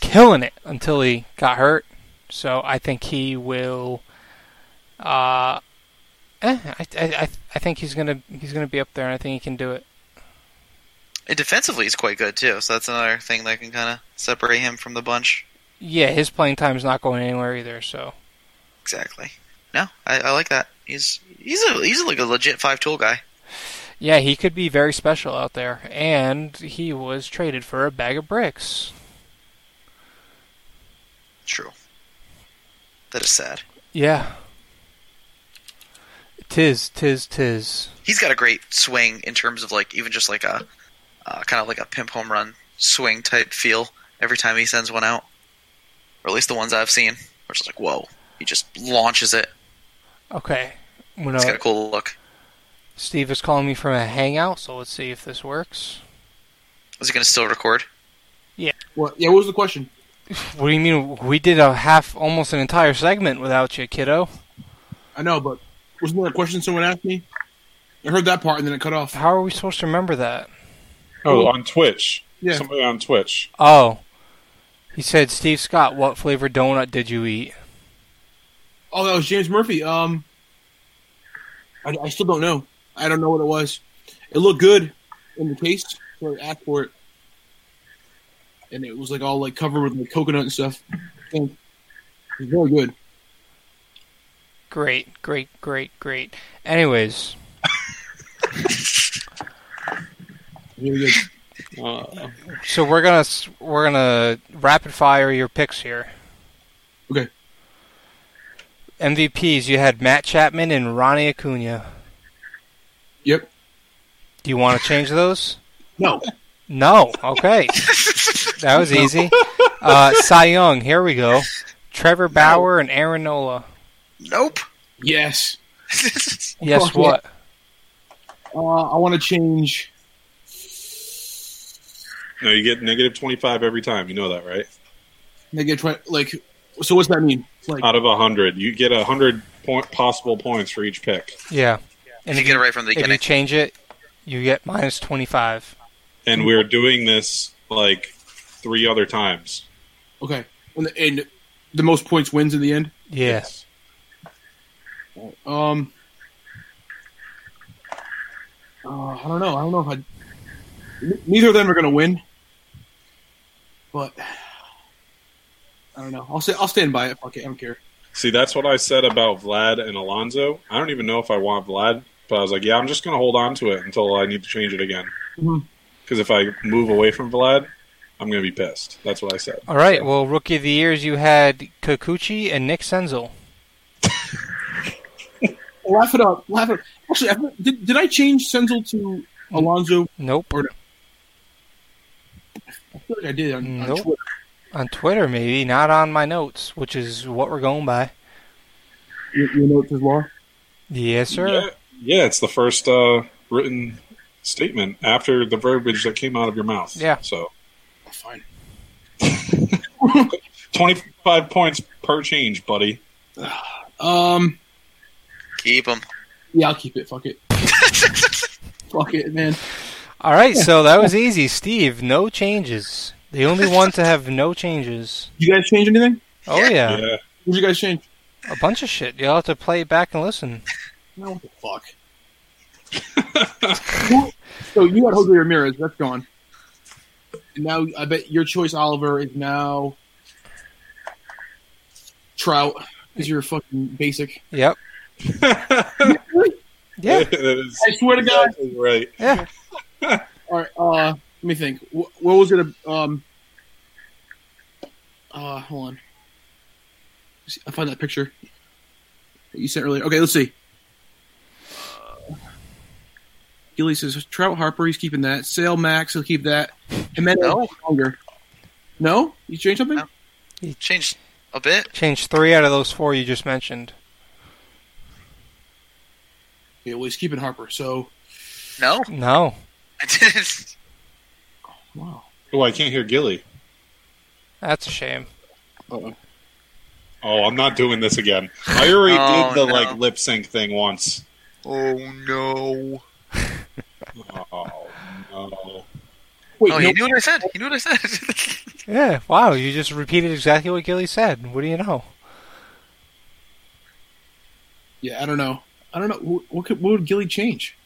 A: killing it until he got hurt, so I think he will. Uh, eh, I, I, I- I think he's gonna he's gonna be up there, and I think he can do it.
D: And defensively, he's quite good too. So that's another thing that can kind of separate him from the bunch.
A: Yeah, his playing time is not going anywhere either. So
D: Exactly. No, I, I like that. He's he's a he's like a legit five tool guy.
A: yeah, he could be very special out there, and he was traded for a bag of bricks.
D: True. That is sad.
A: Yeah. Tis, tis, tis.
D: He's got a great swing in terms of like even just like a uh, kind of like a pimp home run swing type feel every time he sends one out, or at least the ones I've seen. Where it's like whoa, he just launches it.
A: Okay. I'm gonna-
D: It's got a cool look.
A: Steve is calling me from a hangout, so let's see if this works.
D: Is he gonna still record?
B: What? Yeah. What was the question?
A: What do you mean? We did a half, almost an entire segment without you, kiddo.
B: I know, but wasn't there a question someone asked me? I heard that part and then it cut off.
A: How are we supposed to remember that?
C: Oh, on Twitch.
B: Yeah.
C: Somebody on Twitch.
A: Oh. He said, Steve Scott, what flavor donut did you eat?
B: Oh, that was James Murphy. Um, I, I still don't know. I don't know what it was. It looked good in the case, so I asked for it, and it was like all like covered with like coconut and stuff. And it was really good.
A: Great, great, great, great. Anyways,
B: Really good.
C: Uh,
A: so we're gonna s- we're gonna rapid fire your picks here.
B: Okay.
A: MVPs. You had Matt Chapman and Ronnie Acuna.
B: Yep.
A: Do you want to change those?
B: No.
A: No. Okay. that was easy. Uh, Cy Young. Here we go. Trevor Bauer and Aaron Nola.
D: <laughs> Nope.
B: Yes.
A: Yes,
B: yeah.
A: what?
B: Uh, I want to change.
C: no, you get negative 25 every time. You know that, right?
B: Negative twenty. Like, so what's that mean? Like,
C: Out of 100. You get 100 point, possible points for each pick.
A: Yeah. And
D: If you
A: if
D: get it
A: you,
D: right from the
A: if you
D: beginning,
A: change it, you get minus 25.
C: And
B: Mm-hmm.
C: we're doing this like three other times.
B: okay, and the, and the most points wins in the end.
A: Yeah.
B: Um, uh, I don't know. I don't know if I. Neither of them are going to win, but I don't know. I'll say I'll stand by it. Fuck it, I don't care.
C: See, that's what I said about Vlad and Alonzo. I don't even know if I want Vlad, but I was like, yeah, I'm just going to hold on to it until I need to change it again.
A: Mm-hmm.
B: Mhm.
C: Because if I move away from Vlad, I'm going to be pissed. That's what I said.
A: All right. Well, rookie of the years, you had Kikuchi and Nick Senzel.
B: Laugh it up. Laugh it. Up. Actually, I, did did I change Senzel to Alonzo?
A: Nope.
B: I feel like I did on, on
A: Nope.
B: Twitter.
A: On Twitter, maybe not on my notes, which is what we're going by.
B: You, you know it's his law.
A: Yes, sir.
C: Yeah, yeah, it's the first uh, written statement after the verbiage that came out of your mouth.
A: Yeah.
C: So
B: Fine.
C: 25 points per change, buddy.
B: Um.
D: keep him.
B: Yeah, I'll keep it. Fuck it. <laughs> Fuck it, man.
A: All right. So that was easy, Steve. No changes. The only one to have no changes.
B: Did you guys change anything?
A: Oh
C: Yeah.
A: yeah.
B: What did you guys change?
A: A bunch of shit. You'll have to play it back and listen.
B: No, what the fuck? <laughs> so you got Jose Ramirez. That's gone. And now I bet your choice, Oliver, is now Trout. Is your fucking basic.
A: Yep.
C: that
A: <laughs>
C: <laughs>
A: Yeah,
C: is
B: I swear to God.
C: exactly right.
A: yeah.
B: All right. Uh, let me think. What, what was it? Um. Uh, hold on. See, I find that picture that you sent earlier. Okay, let's see. Uh, Gilly says Trout Harper. He's keeping that. Sale Max. He'll keep that. Jimenez
D: No.
B: longer. No, you changed something.
D: No. Changed a bit.
A: Change three out of those four you just mentioned.
B: Okay, well, he's keeping Harper. So
D: No, <laughs>
A: No,
D: I didn't.
B: wow.
C: Oh, I can't hear Gilly.
A: that's a shame.
B: Uh-oh.
C: Oh, I'm not doing this again. I already
D: Oh,
C: did the
D: no.
C: like lip sync thing once.
D: Oh no!
C: Oh no.
B: Wait, no,
D: Oh, he knew what I said. He knew what I said. <laughs>
A: Yeah, wow, you just repeated exactly what Gilly said. What do you know?
B: Yeah, I don't know. I don't know Wh- what could, what would Gilly change.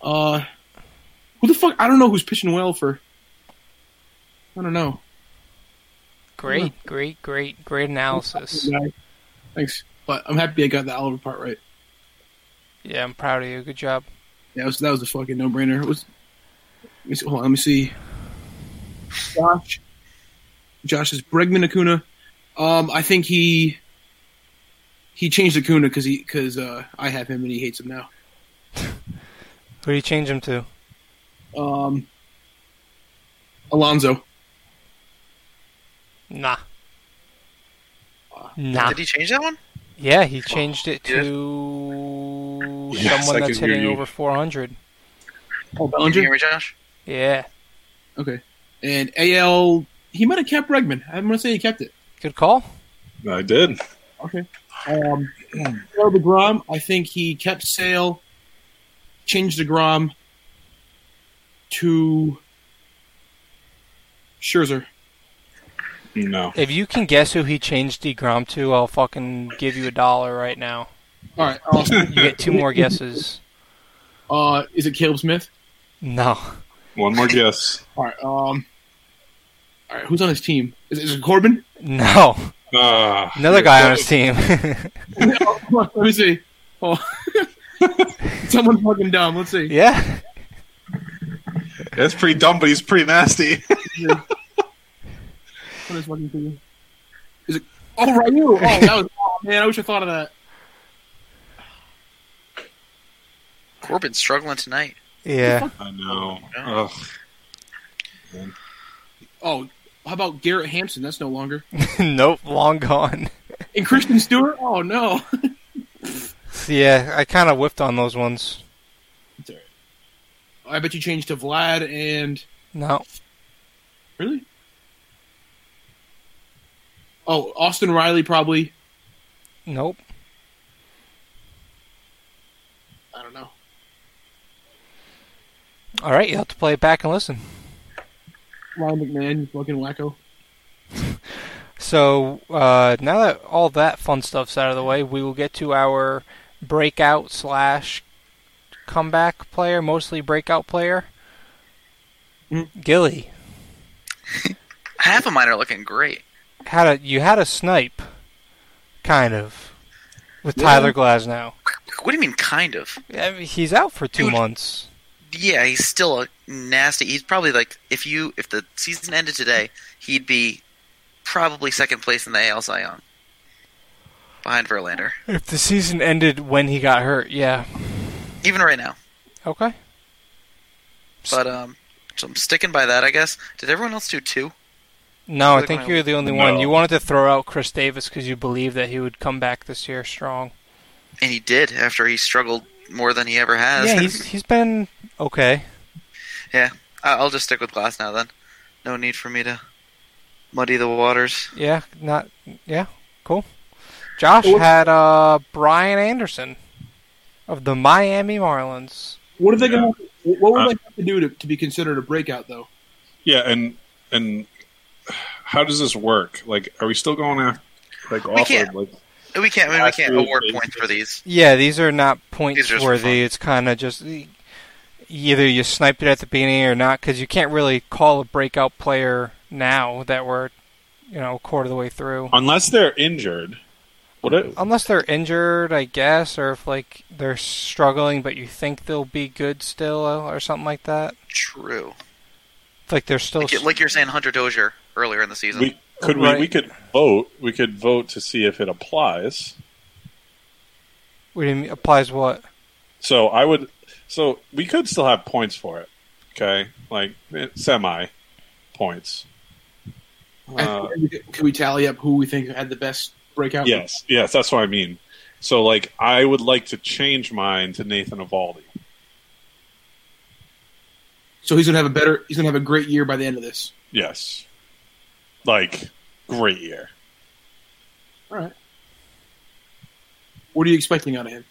B: Uh, who the fuck? I don't know who's pitching well for. I don't know.
A: Great, great, great, great analysis.
B: Thanks, but I'm happy I got the Oliver part right.
A: Yeah, I'm proud of you. Good job.
B: Yeah, that was, that was a fucking no brainer. Was let me see, hold on, let me see. Josh, Josh is Bregman Acuna. Um, I think he he changed Acuna because he because uh, I have him and he hates him now.
A: Who do you change him to?
B: Um, Alonzo.
A: Nah. Nah.
D: Did he change that one?
A: Yeah, he changed it
D: Yeah.
A: to
C: Yes, I
A: someone
C: can
A: that's
C: hear
A: hitting
C: you.
A: over 400.
B: Oh,
D: Can you
B: Bellinger.
D: hear me, Josh?
A: Yeah,
B: Okay. And AL, he might have kept Bregman. I'm going to say he kept it.
A: good call.
C: I did.
B: Okay. Um, Sarah DeGrom, I think he kept Sale, changed DeGrom to Scherzer.
C: No.
A: If you can guess who he changed Degrom to, I'll fucking give you a dollar right now.
B: All right. Uh,
A: <laughs> You get two more guesses.
B: uh, is it Caleb Smith?
A: No.
C: One more guess.
B: All right. Um, all right. Who's on his team? Is, it- is it Corbin? <laughs>
A: No.
C: Ah,
A: Another
C: you're
A: guy on
C: close.
A: his team. <laughs>
B: Let me see. <laughs> Oh. Someone fucking dumb. Let's see.
A: yeah.
C: That's pretty dumb, but he's pretty
D: <laughs>
C: nasty.
B: What is fucking thing? Is it? Oh, Ryu! Oh, that was. Oh man, I wish I thought of that.
D: Corbin's struggling tonight.
A: Yeah.
C: <laughs> I know. Ugh. Man.
B: Oh, how about Garrett Hampson? That's no longer.
A: nope. Long gone.
B: And Christian Stewart? Oh no. <laughs>
A: Yeah, I kind of whiffed on those ones.
B: It's all right. I bet you changed to Vlad and
A: No.
B: really. Oh, Austin Riley probably.
A: Nope.
B: I don't know.
A: All right, you'll have to play it back and listen.
B: Ryan McMahon, you fucking wacko.
A: So uh, now that all that fun stuff's out of the way, we will get to our breakout slash comeback player, mostly breakout player, Mm. Gilly.
D: Half of mine are looking great.
A: Had a you had a snipe, kind of, with Tyler Glasnow.
D: What do you mean, kind of?
A: I mean, he's out for two
D: Dude.
A: months.
D: Yeah, he's still a nasty. He's probably like if you if the season ended today, he'd be probably second place in the AL Cy Young, behind Verlander.
A: If the season ended when he got hurt, yeah,
D: Even right now,
A: okay.
D: but um, so I'm sticking by that. I guess. Did everyone else do two?
A: No, I
D: Like
A: think
D: my-
A: you're the only one.
C: No.
A: You wanted to throw out Chris Davis because you believed that he would come back this year strong.
D: And he did after he struggled more than he ever has.
A: Yeah,
D: <laughs>
A: he's he's been okay.
D: Yeah, I- I'll just stick with Glass now then. No need for me to muddy the waters.
A: Yeah, not yeah, cool. Josh
B: Cool.
A: had uh Brian Anderson of the Miami Marlins.
B: What are they gonna? What would
C: Uh,
B: they have to do to, to be considered a breakout though?
C: Yeah, and and how does this work? Like, are we still going after? Like,
D: We can't.
C: offered, like,
D: We can't. I mean, we can't
C: Actually,
D: award
C: it's-
D: points for these.
A: Yeah, these are not points
D: These are just for fun.
A: worthy. It's kind of just either you sniped it at the beginning or not because you can't really call a breakout player now that we're you know a quarter of the way through.
C: unless they're injured. What? It,
A: Unless they're injured, I guess, or if like they're struggling, but you think they'll be good still, uh, or something like that.
D: True.
A: It's Like they're still
D: Like, like you're saying, Hunter Dozier earlier in the season.
C: we could we, we
A: Right.
C: could vote. We could vote to see if it applies.
A: What do you mean, applies what?
C: So I would. So we could still have points for it. Okay, like eh, semi points. Uh,
B: I think- Can we tally up who we think had the best breakout?
C: yes, yes, that's what I mean. So like, I would like to change mine to Nathan Avaldi.
B: So he's gonna have a better. He's gonna have a great year by the end of this.
C: Yes, like great year.
B: All right. What are you expecting out of him?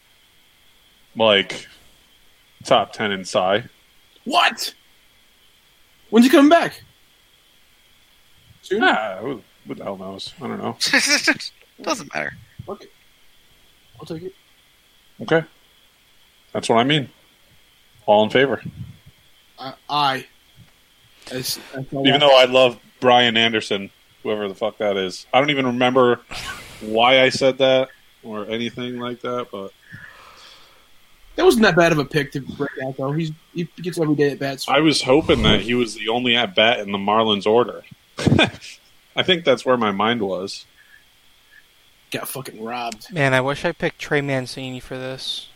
C: Like top ten in Psy.
B: What? When's he coming back? Soon.
C: Yeah, Ah, who, who the hell knows? I don't know.
D: <laughs> Doesn't matter.
B: Okay. I'll take it.
C: Okay, that's what I mean. All in favor.
B: I. I as, as I
C: Even though I love Brian Anderson, whoever the fuck that is, I don't even remember why I said that or anything like that. But
B: that wasn't that bad of a pick to break out though. He's he gets every day at bats.
C: I was hoping that he was the only at bat in the Marlins order. <laughs> I think that's where my mind was.
B: got fucking robbed.
A: Man, I wish I picked Trey Mancini for this.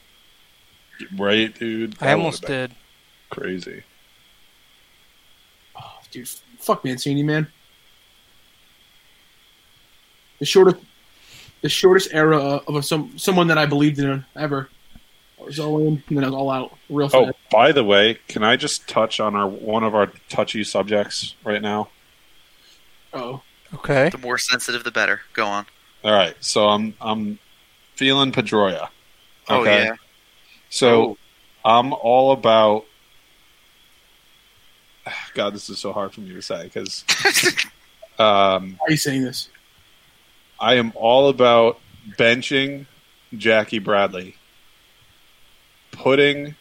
C: Right, dude.
A: I almost
C: would've been
A: did.
C: Crazy.
B: Oh, dude, fuck Mancini, man. The shortest, the shortest era of a, some someone that I believed in ever. I was all in, and then I was all out, real
C: Oh,
B: fast.
C: by the way, can I just touch on our one of our touchy subjects right now?
B: Oh,
A: Okay.
D: The more sensitive, the better. Go on.
C: All right, so I'm I'm feeling Pedroia.
D: Oh
C: Okay.
D: yeah. Oh.
C: So I'm all about. <sighs> God, this is so hard for me to say because um,
B: why are you saying this?
C: I am all about benching Jackie Bradley, putting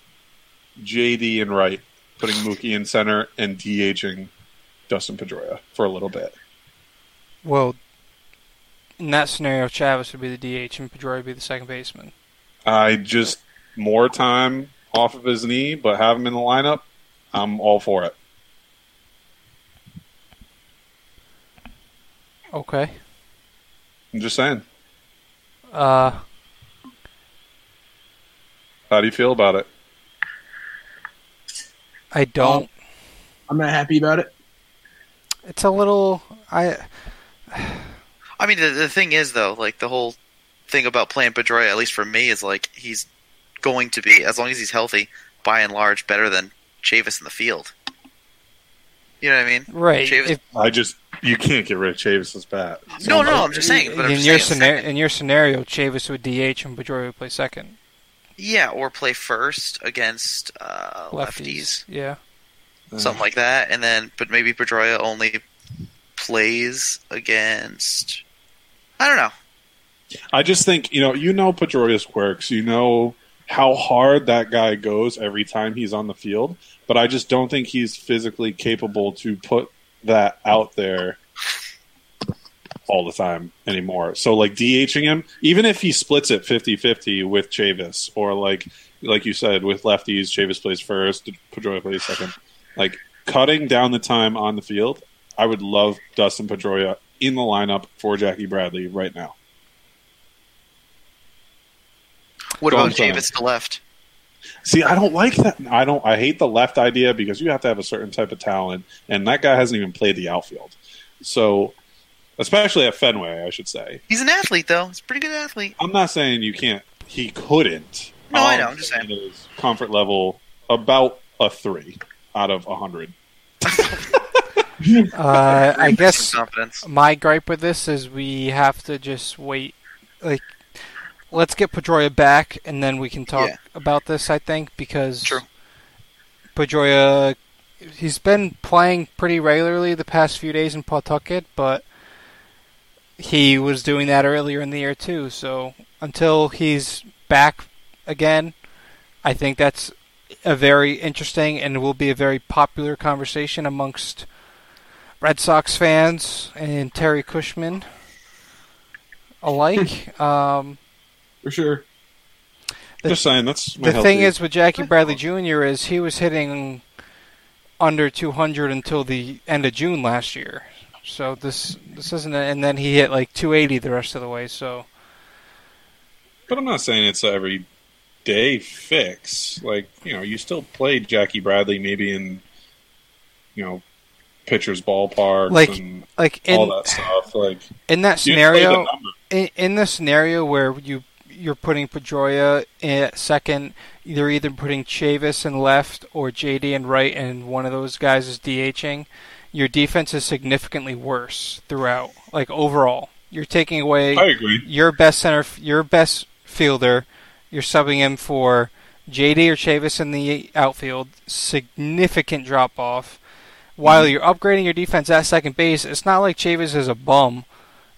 C: JD in right, putting Mookie in center, and DHing Dustin Pedroia for a little bit.
A: Well, in that scenario, Chavez would be the DH and Pedroia would be the second baseman.
C: I just more time off of his knee, but have him in the lineup. I'm all for it.
A: Okay.
C: I'm just saying.
A: Uh,
C: How do you feel about it?
A: I don't.
B: I'm not happy about it.
A: Um, It's a little. I
D: <laughs> I mean, the, the thing is though, like the whole thing about playing Pedroia, at least for me, is like he's going to be, as long as he's healthy, by and large, better than Chavis in the field. You know what I mean?
A: right.
D: Chavis-
A: if-
C: I just you can't get rid of Chavis's bat.
D: No, no, I'm just saying. But I'm
A: in
D: just
A: your
D: saying,
A: scenario, in your scenario, Chavis would DH and Pedroia would play second.
D: yeah, or play first against uh, lefties.
A: Yeah.
C: Mm-hmm.
D: something like that, and then but maybe Pedroia only plays against. I don't know.
C: I just think you know you know Pedroia's quirks. You know how hard that guy goes every time he's on the field. But I just don't think he's physically capable to put that out there all the time anymore. So like DHing him, even if he splits it 50-50 with Chavis or like like you said with lefties, Chavis plays first, Pedroia plays second. Like cutting down the time on the field, I would love Dustin Pedroia in the lineup for Jackie Bradley right now.
D: What
C: Go
D: about
C: on, Sam.
D: Davis to left?
C: See, I don't like that. I don't. I hate the left idea because you have to have a certain type of talent, and that guy hasn't even played the outfield. So, especially at Fenway, I should say.
D: He's an athlete, though. He's a pretty good athlete.
C: I'm not saying you can't. He couldn't.
D: No,
C: All
D: I know, I'm just
C: saying is comfort level about a three out of a hundred.
A: Uh, I
D: <laughs> Some
A: guess
D: confidence.
A: my gripe with this is we have to just wait. Like, let's get Pedroia back, and then we can talk
D: Yeah.
A: about this. I think because
D: True.
A: Pedroia, he's been playing pretty regularly the past few days in Pawtucket, but he was doing that earlier in the year too. So until he's back again, I think that's a very interesting and will be a very popular conversation amongst Red Sox fans and Terry Cushman.
C: <laughs>
A: alike. um,
B: for sure.
A: The-
C: Just saying, that's my
A: the
C: healthy-
A: thing is with Jackie Bradley Jr. is he was hitting under 200 until the end of June last year. So this this isn't, and then he hit like 280 the rest of the way. So
C: But I'm not saying it's a everyday fix. Like, you know, you still play Jackie Bradley maybe in, you know, pitcher's ballparks
A: Like,
C: and
A: like
C: all
A: in
C: that stuff. Like,
A: in that
C: you play the
A: scenario,
C: number.
A: in, in the scenario where you you're putting Pedroia at second, you're either putting Chavis in left or JD in right, and one of those guys is DHing. Your defense is significantly worse throughout, like overall. You're taking away
C: I agree.
A: your best center, f- your best fielder, you're subbing him for JD or Chavis in the outfield. Significant drop off. While you're upgrading your defense at second base, it's not like Chavis is a bum.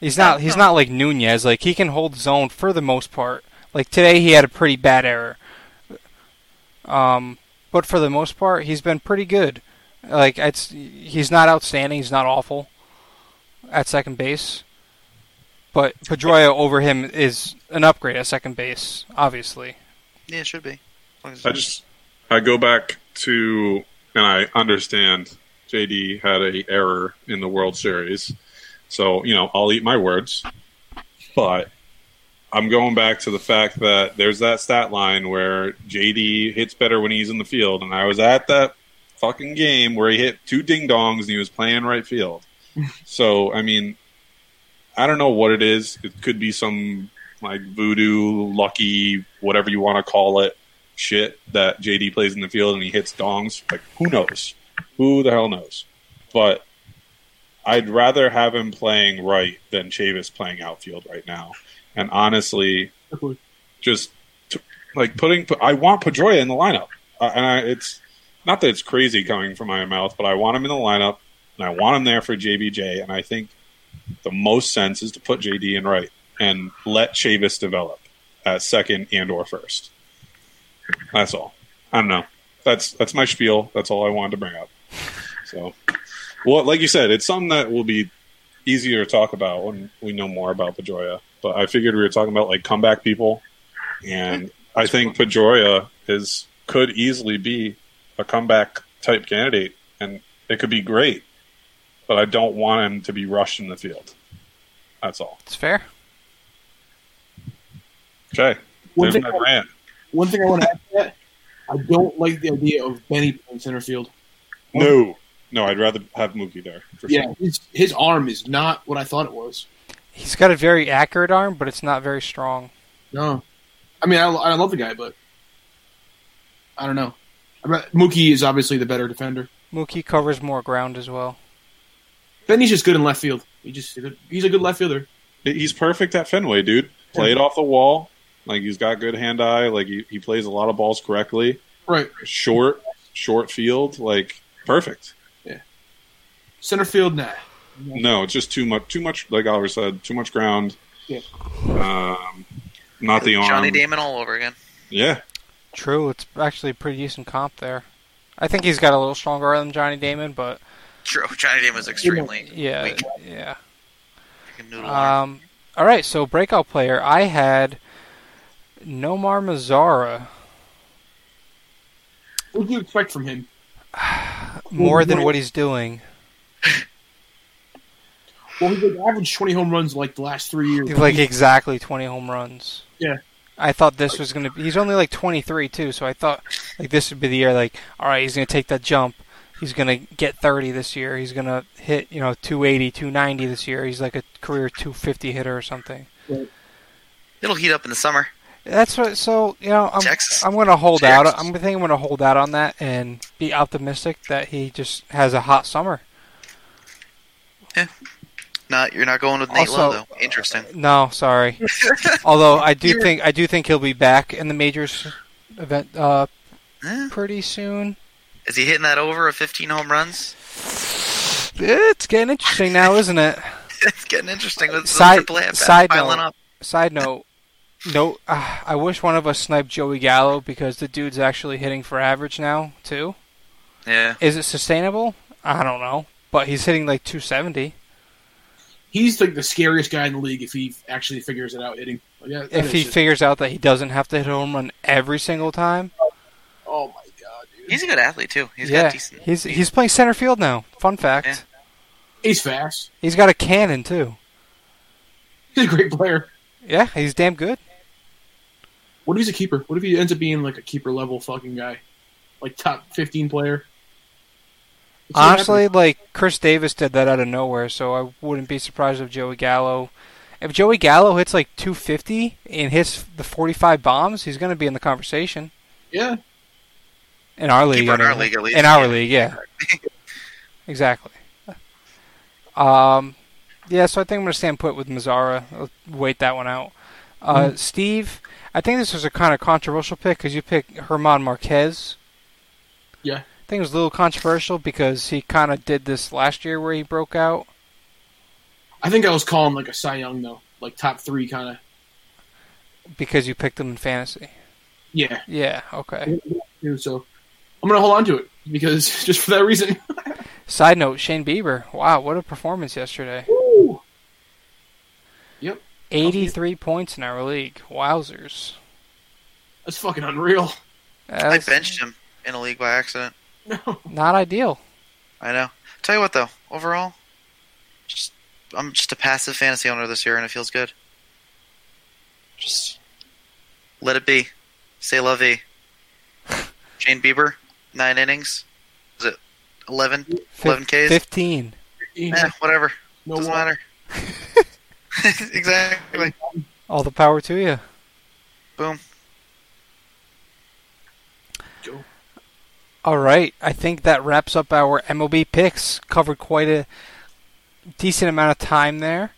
A: He's not. He's not like Nunez. Like he can hold zone for the most part. Like today, he had a pretty bad error. Um, but for the most part, he's been pretty good. Like it's he's not outstanding. He's not awful at second base. But Pedroia over him is an upgrade at second base, obviously.
D: Yeah, it should be. As long as
C: I just, I go back to, and I understand JD had a error in the World Series. So, you know, I'll eat my words. But I'm going back to the fact that there's that stat line where JD hits better when he's in the field. And I was at that fucking game where he hit two ding dongs and he was playing right field. so, I mean, I don't know what it is. It could be some like voodoo, lucky, whatever you want to call it shit that JD plays in the field and he hits dongs. Like, who knows? Who the hell knows? But I'd rather have him playing right than Chavis playing outfield right now. And honestly, just t- like putting, I want Pedroia in the lineup. Uh, and I, it's not that it's crazy coming from my mouth, but I want him in the lineup and I want him there for JBJ. And I think the most sense is to put JD in right and let Chavis develop at second and or first. That's all. I don't know. That's that's my spiel. That's all I wanted to bring up. So, well, like you said, it's something that will be easier to talk about when we know more about Pedroia. But I figured we were talking about like comeback people, and I think Pedroia is could easily be a comeback type candidate, and it could be great. But I don't want him to be rushed in the field. That's all.
A: It's fair.
C: Okay.
B: One
C: There's
B: thing,
C: my
B: I-
C: rant.
B: one thing I want to add to that, I don't like the idea of Benny playing center field.
C: No, no, I'd rather have Mookie there. For sure.
B: Yeah, his, his arm is not what I thought it was.
A: He's got a very accurate arm, but it's not very strong.
B: No, I mean I, I love the guy, but I don't know. I mean, Mookie is obviously the better defender.
A: Mookie covers more ground as well.
B: Benny's just good in left field. He just he's a good left fielder.
C: He's perfect at Fenway, dude. Played off the wall. Like he's got good hand eye. Like he, he plays a lot of balls correctly.
B: Right.
C: Short, short field. Like perfect.
B: Center field, nah.
C: No, it's just too much. Too much. Like Oliver said, too much ground.
B: Yeah.
C: Um, not the arm.
D: Johnny Damon all over again.
C: Yeah.
A: True, it's actually a pretty decent comp there. I think he's got a little stronger arm than Johnny Damon, but
D: True. <laughs> Johnny Damon's extremely
A: yeah,
D: weak.
A: yeah.
D: Like a noodle arm.
A: Um, all right, so breakout player, I had Nomar Mazzara
B: What do you expect from him?
A: more than what he's doing.
B: Well, he's like averaged twenty home runs like the last three years.
A: like exactly 20 home runs.
B: Yeah.
A: I thought this was going to be he's only like 23 too, so I thought like this would be the year like all right, he's going to take that jump. He's going to get 30 this year. He's going to hit, you know, 280, 290 this year. He's like a career 250 hitter or something.
D: It'll heat up in the summer.
A: That's what so, you know, I'm
D: Texas.
A: I'm going to hold out.
D: Texas.
A: I'm I think I'm going to hold out on that and be optimistic that he just has a hot summer.
D: Not you're not going with Nate
A: Also-
D: Lowe though. Interesting.
A: No,
D: <laughs>
A: sorry. Although I do think I do think he'll be back in the majors event uh
D: Eh,
A: pretty soon.
D: Is he hitting that over of 15 home runs? <laughs>
A: It's getting interesting now, isn't it?
D: it's getting interesting with
A: Side-
D: the AAA at bats
A: side
D: piling
A: note.
D: up.
A: Side note, no, uh, I wish one of us sniped Joey Gallo because the dude's actually hitting for average now too.
D: Yeah.
A: Is it sustainable? I don't know, but he's hitting like 270.
B: he's like the scariest guy in the league if he actually figures it out hitting. Like, that- that
A: If
B: is
A: he
B: just-
A: figures out that he doesn't have to hit a home run every single time,
B: oh my god, dude.
D: He's a good athlete too. He's
A: yeah,
D: got decent.
A: he's he's playing center field now. Fun fact:
D: Yeah.
B: he's fast.
A: he's got a cannon too.
B: He's a great player.
A: Yeah, he's damn good.
B: What if he's a keeper? What if he ends up being like a keeper level fucking guy, like top fifteen player? It's what
A: Honestly,
B: happened.
A: like Chris Davis did that out of nowhere, so I wouldn't be surprised if Joey Gallo, if Joey Gallo hits like 250 and hits the 45 bombs, he's going to be in the conversation
B: yeah,
A: in our league.
D: Keeper in our
A: anyway.
D: league, at least.
A: In our league,
D: <laughs>
A: yeah, exactly. Um, yeah, so I think I'm going to stand put with Mazzara. I'll wait that one out. Uh, Steve, I think this was a kind of controversial pick because you picked Herman Marquez.
B: Yeah.
A: I think it was a little controversial because he kind of did this last year where he broke out.
B: I think I was calling like a Cy Young though, like top three kind of.
A: Because you picked them in fantasy.
B: Yeah,
A: Yeah, okay.
B: dude, so I'm gonna hold on to it because <laughs> just for that reason.
A: Side note, Shane Bieber. Wow, what a performance yesterday.
B: Woo!
A: 83 points in our league. Wowzers.
B: That's fucking unreal. <laughs>
D: I
A: That's
D: benched him in a league by accident.
B: No,
A: Not ideal.
D: I know. Tell you what though, overall, just I'm just a passive fantasy owner this year, and it feels good. Just let it be. Say
A: <laughs>
D: lovey. Shane Bieber, nine innings. Is it 11?
A: Fif-
D: 11 Ks?
A: 15.
D: Eh, whatever.
B: no
D: Doesn't
A: <laughs>
B: one.
D: matter. <laughs> exactly.
A: All the power to you.
D: Boom.
B: Joe.
A: All right. I think that wraps up our MLB picks. Covered quite a decent amount of time there.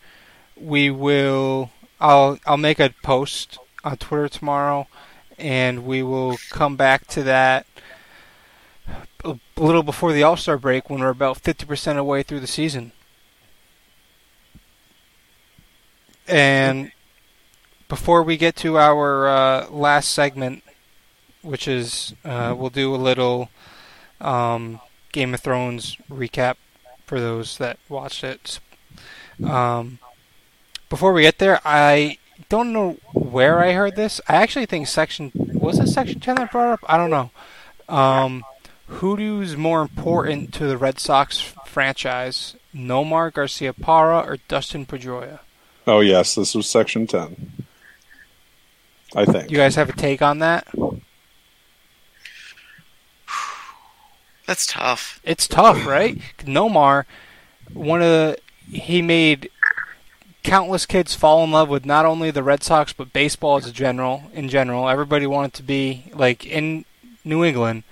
A: We will. I'll I'll make a post on Twitter tomorrow, and we will come back to that a little before the All Star break when we're about fifty percent away through the season. And before we get to our uh, last segment, which is uh, we'll do a little um, Game of Thrones recap for those that watched it. Um, before we get there, I don't know where I heard this. I actually think section was it section ten that brought up. I don't know. Um, Hoodoo's more important to the Red Sox franchise, Nomar Garcia Parra or Dustin Pedroia?
C: Oh yes, this was section ten. I think.
A: You guys have a take on that?
D: That's tough.
A: It's tough, right? Nomar, one of the, he made countless kids fall in love with not only the Red Sox but baseball as a general. In general, everybody wanted to be like in New England.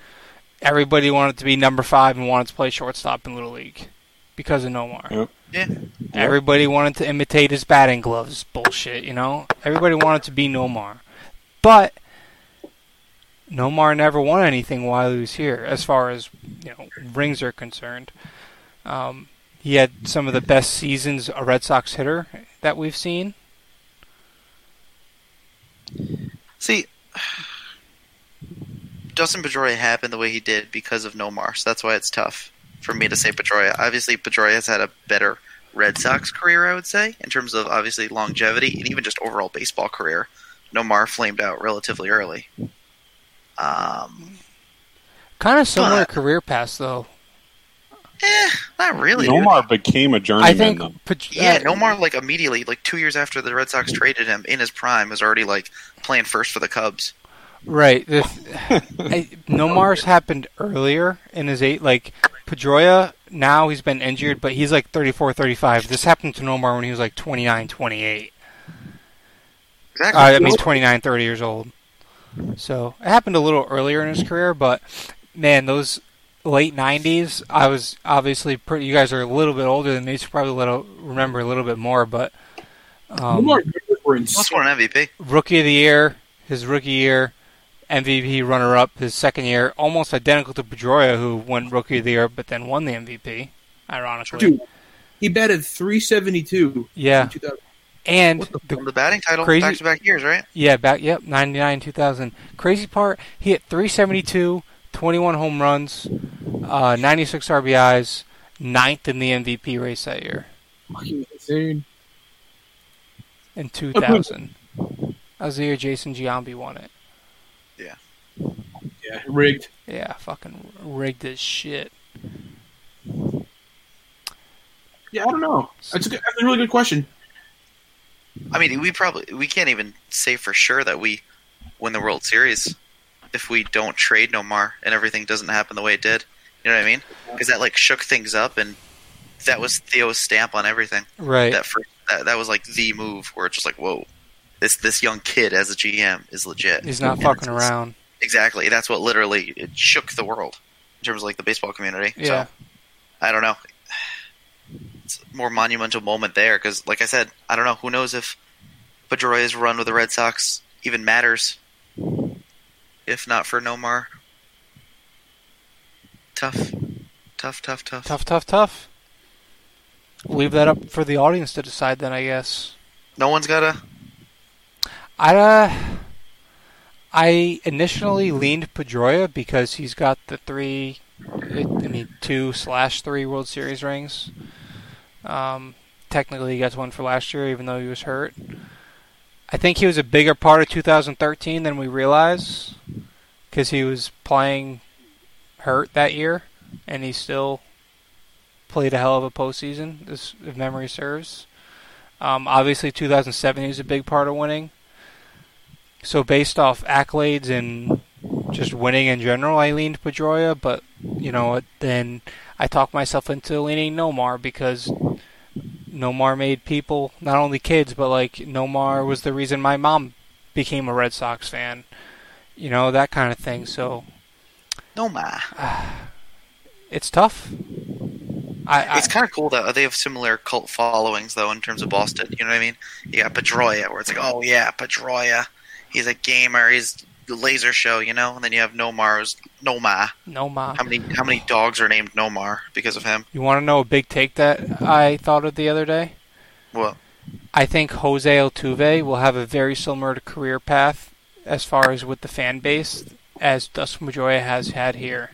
A: Everybody wanted to be number five and wanted to play shortstop in Little League because of Nomar.
C: Yep.
D: Yeah.
A: Everybody wanted to imitate his batting gloves. Bullshit, you know. Everybody wanted to be Nomar, but Nomar never won anything while he was here, as far as you know rings are concerned. Um, he had some of the best seasons a Red Sox hitter that we've seen.
D: See, Dustin Pedroia happened the way he did because of Nomar, so that's why it's tough for me to say Pedroia. Obviously, Pedroia has had a better Red Sox career, I would say, in terms of obviously longevity and even just overall baseball career. Nomar flamed out relatively early. Um,
A: Kind of similar
D: But-
A: career paths, though.
D: eh, not really. dude.
C: Nomar became a journeyman.
A: I think.
C: though.
A: Pet-
D: Yeah,
A: uh,
D: Nomar like immediately, like two years after the Red Sox traded him in his prime, was already like playing first for the Cubs.
A: Right. The, I, Nomar's happened earlier in his eight. Like Pedroia, now he's been injured, but he's like 34, 35. This happened to Nomar when he was like 29, 28.
D: Exactly.
A: Uh, I mean, 29, 30 years old. So it happened a little earlier in his career, but man, those late 90s, I was obviously pretty. You guys are a little bit older than me, so probably a little, remember a little bit more, but. Um,
B: Lamar Jackson were insane.
D: Almost won an MVP.
A: rookie of the year, his rookie year, MVP runner up his second year, almost identical to Pedroia, who won rookie of the year but then won the MVP, ironically.
B: Dude, he batted 372
A: Yeah,
B: in 2000.
A: and the,
D: Won the batting title
A: Crazy-
D: back to back years, right?
A: yeah, back yep, 99 2000. Crazy part, he hit 372, 21 home runs, uh, 96 RBIs, ninth in the MVP race that year.
B: Fucking insane.
A: in 2000. That was the year Jason Giambi won it.
B: Yeah, rigged.
A: Yeah, fucking rigged as shit.
B: Yeah, I don't know. That's a, good, that's a really good question.
D: I mean, we probably we can't even say for sure that we win the World Series if we don't trade Nomar and everything doesn't happen the way it did. You know what I mean? Because that like shook things up, and that was Theo's stamp on everything.
A: Right.
D: That first, that, that was like the move where it's just like, whoa, this this young kid as a GM is legit.
A: He's not
D: And
A: fucking
D: it's-
A: around.
D: Exactly. That's what literally it shook the world in terms of like the baseball community. So,
A: Yeah.
D: I don't know. It's a more monumental moment there because, like I said, I don't know. Who knows if Pedroia's run with the Red Sox even matters if not for Nomar. Tough, tough, tough, tough.
A: Tough, tough, tough. Leave that up for the audience to decide then, I guess.
D: No one's got a.
A: I uh, I initially leaned Pedroia because he's got the three, I mean two slash three World Series rings. Um, technically, he got one for last year, even though he was hurt. I think he was a bigger part of 2013 than we realize, because he was playing hurt that year, and he still played a hell of a postseason, this, if memory serves. Um, obviously, 2007 he was a big part of winning. So based off accolades and just winning in general, I leaned Pedroia, but you know what, then I talked myself into leaning Nomar because Nomar made people not only kids but like Nomar was the reason my mom became a Red Sox fan, you know that kind of thing. So
D: Nomar.
A: it's tough. I, I
D: It's kind of cool that they have similar cult followings, though, in terms of Boston. You know what I mean? You got Pedroia, where it's like, oh yeah, Pedroia, he's a gamer, he's the laser show, you know. And then you have Nomar, who's Nomar.
A: Nomar.
D: How many how many dogs are named Nomar because of him?
A: You want to know a big take that I thought of the other day?
D: Well,
A: I think Jose Altuve will have a very similar career path as far as with the fan base as Dustin Pedroia has had here.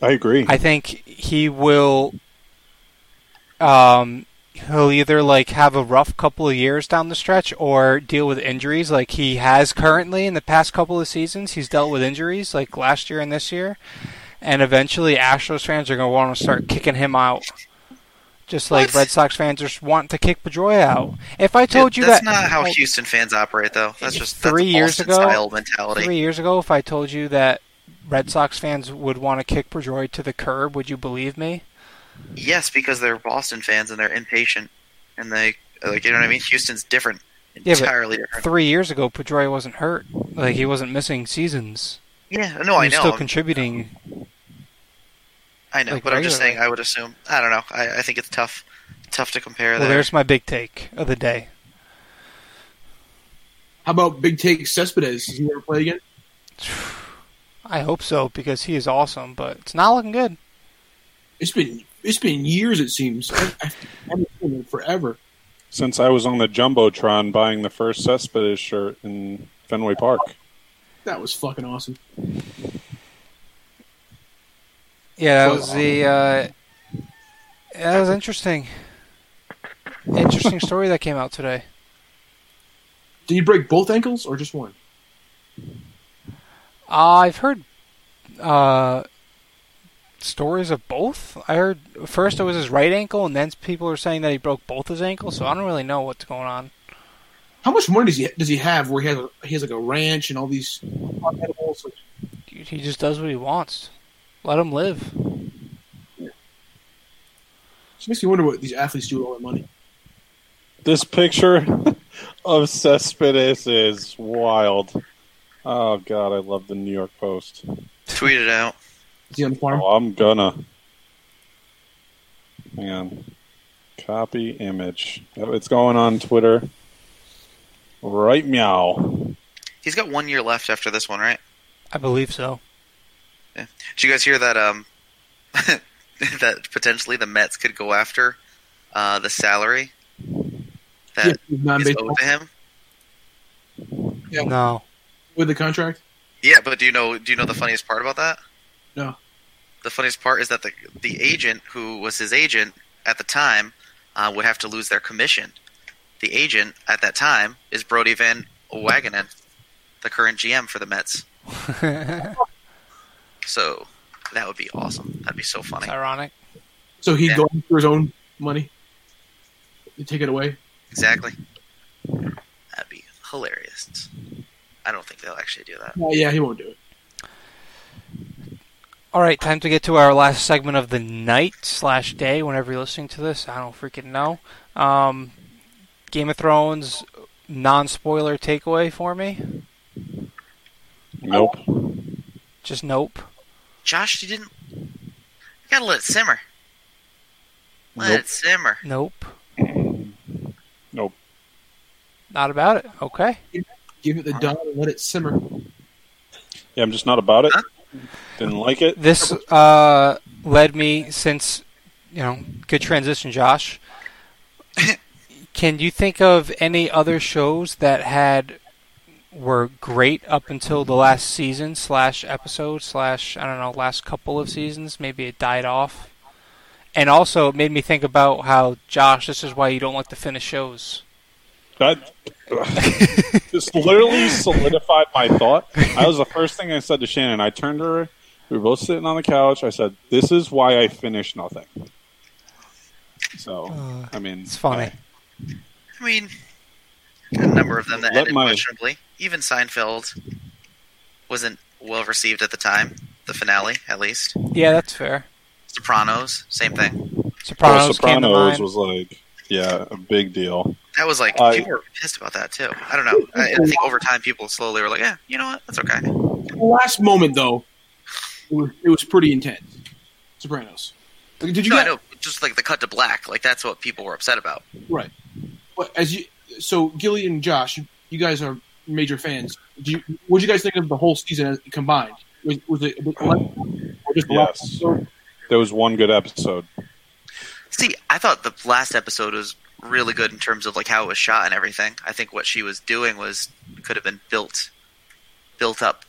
C: I agree.
A: I think he will. Um, he'll either like have a rough couple of years down the stretch or deal with injuries, like he has currently in the past couple of seasons. He's dealt with injuries, like last year and this year, and eventually Astros fans are going to want to start kicking him out. Just like
D: What?
A: Red Sox fans are want to kick Pedroia out. If I told you that
D: that's not how
A: Oh,
D: Houston fans operate, though. That's just
A: Three
D: that's
A: years ago-
D: style mentality.
A: three years ago, if I told you that Red Sox fans would want to kick Pedroia to the curb, would you believe me?
D: Yes, because they're Boston fans and they're impatient, and they like you know what I mean. Houston's different,
A: Yeah, but-
D: entirely different.
A: three years ago, Pedroia wasn't hurt. Like he wasn't missing seasons.
D: Yeah, no,
A: he
D: Oh, I
A: was
D: know.
A: still
D: I'm-
A: contributing.
D: I know,
A: like,
D: but I'm just
A: regularly.
D: saying. I would assume. I don't know. I, I think it's tough, tough to compare.
A: Well,
D: there.
A: there's my big take of the day.
B: How about big take Cespedes? Does he ever play again?
A: I hope so because he is awesome, but it's not looking good.
B: It's been it's been years. It seems. I, I, haven't seen him forever.
C: Since I was on the jumbotron buying the first Cespedes shirt in Fenway Park,
B: That was fucking awesome.
A: Yeah, that
B: Well-
A: was the. Uh, that was interesting. <laughs> Interesting story that came out today.
B: Did you break both ankles or just one?
A: Uh, I've heard uh, stories of both. I heard first it was his right ankle, and then people were saying that he broke both his ankles. So I don't really know what's going on.
B: How much money does he does he have? Where he has a, he has like a ranch and all these animals. Like,
A: Dude, he just does what he wants. Let him live.
B: it makes me wonder what these athletes do with all that money.
C: this picture <laughs> of Cespedes is wild. Oh God, I love the New York Post.
D: <laughs> tweet it out.
B: Is he on the farm?
C: Oh, I'm gonna. Hang on. Copy image. Oh, It's going on Twitter. Right meow.
D: He's got one year left after this one, right?
A: I believe so.
D: Did you guys hear that? Um, <laughs> that potentially the Mets could go after uh, the salary that
B: yeah,
D: is
B: he's non
D: owed
B: baseball
D: to him.
A: <laughs> No.
B: with the contract.
D: Yeah, but do you know? Do you know the funniest part about that?
B: No.
D: The funniest part is that the the agent who was his agent at the time uh, would have to lose their commission. The agent at that time is Brody Van Wagenen, the current GM for the Mets. So that would be awesome. That'd be so funny.
A: It's ironic.
B: So he'd
D: Yeah.
B: go for his own money. He'd take it away.
D: Exactly. That'd be hilarious. I don't think they'll actually do that.
B: Oh, yeah, he won't do it.
A: All right, time to get to our last segment of the night slash day. Whenever you're listening to this, I don't freaking know. Um, Game of Thrones non-spoiler takeaway for me.
C: Nope.
A: Just nope.
D: Josh, you didn't. You gotta let it simmer. Let
C: Nope.
D: it simmer.
A: Nope.
C: Nope.
A: Not about it. Okay.
B: Give it the dawn and let it simmer.
C: Yeah, I'm just not about it. Didn't like it.
A: This uh, led me since you know good transition,
C: <laughs>
A: Josh. Can you think of any other shows that had were great up until the last season slash episode slash I don't know last couple of seasons? Maybe it died off. And also, it made me think about how Josh. This is why you don't like to finish shows.
C: That <laughs> just literally solidified my thought. I was the first thing I said to Shannon. I turned to her. We were both sitting on the couch. I said, "This is why I finish nothing." So,
A: Uh,
C: I mean,
A: It's funny.
D: I mean, a number of them that
C: Let
D: ended
C: my-
D: questionably. Even Seinfeld wasn't well received at the time. The finale, at least.
A: Yeah, that's fair.
D: Sopranos, same thing.
A: Sopranos,
C: Well,
A: came to mind.
C: Sopranos was like, yeah, a big deal.
D: That was like
C: I-
D: people were pissed about that too. I don't know. I, I think over time, people slowly were like, "Yeah, you know what? That's okay."
B: The last moment, though, it was, it was pretty intense. Sopranos. Like, did you
D: No, I
B: guys-
D: know. Just like the cut to black, like that's what people were upset about.
B: Right. But as you, so Gilly and Josh, you, you guys are major fans. Do you, what did you guys think of the whole season as- combined? Was, was it a bit less- or just the last
C: Oh, Yes.
B: episode?
C: There was one good episode.
D: See, I thought the last episode was really good in terms of like how it was shot and everything. I think what she was doing was could have been built built up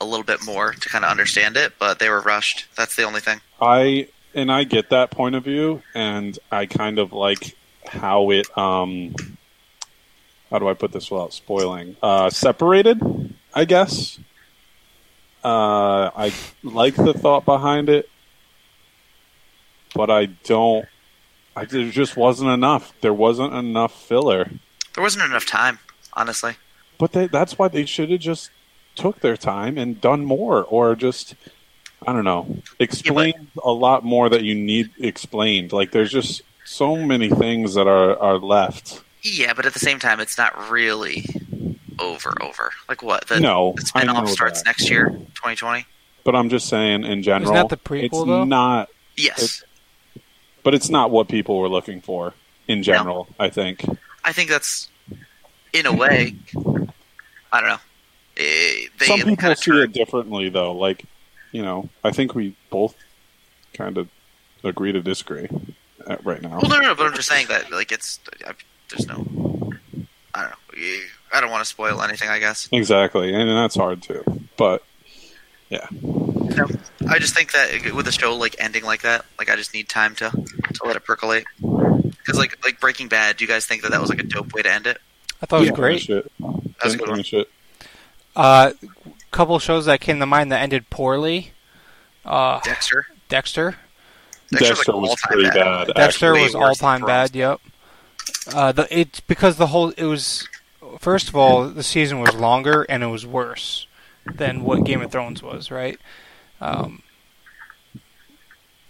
D: a little bit more to kind of understand it, but they were rushed. That's the only thing.
C: I and I get that point of view, and I kind of like how it. Um, how do I put this without spoiling? Uh, separated, I guess. Uh, I like the thought behind it, but I don't. I there just wasn't enough. There wasn't enough filler.
D: There wasn't enough time, honestly.
C: But they, that's why they should have just took their time and done more, or just I don't know, explain a lot more that you need explained. Like there's just so many things that are are left.
D: Yeah, but at the same time, it's not really over. Over like what the,
C: No,
D: the
C: I
D: spinoff
C: know
D: starts
C: that.
D: next year, 2020.
C: But I'm just saying in general,
A: that the prequel,
C: it's
A: though?
C: not.
D: Yes,
C: It's- But it's not what people were looking for in general. I think.
D: I think that's in a way. I don't know. Eh, they
C: Some people
D: kind of
C: see it differently, though. Like, you know, I think we both kind of agree to disagree uh, right now.
D: Well, no, no, no, but I'm just saying that, like, it's I, there's no, I don't know. Eh, I don't want to spoil anything. I guess
C: Exactly, and that's hard too. But
D: I just think that with a show like ending like that, like, I just need time to to let it percolate. Because like like Breaking Bad, do you guys think that that was like a dope way to end it?
A: <sighs> I thought it was
B: Yeah.
A: great.
C: Finish it.
D: That was a
C: Didn't
D: good one.
C: finish it.
A: Uh, couple shows that came to mind that ended poorly. Uh,
D: Dexter.
A: Dexter.
D: Dexter's, like,
C: Dexter was
D: all-time
C: pretty
D: bad.
C: bad.
A: Dexter
D: Actually,
A: was
D: worse
A: all time
D: than
A: bad. Yep. Uh, the it's because the whole it was first of all the season was longer and it was worse than what Game of Thrones was, right? Um,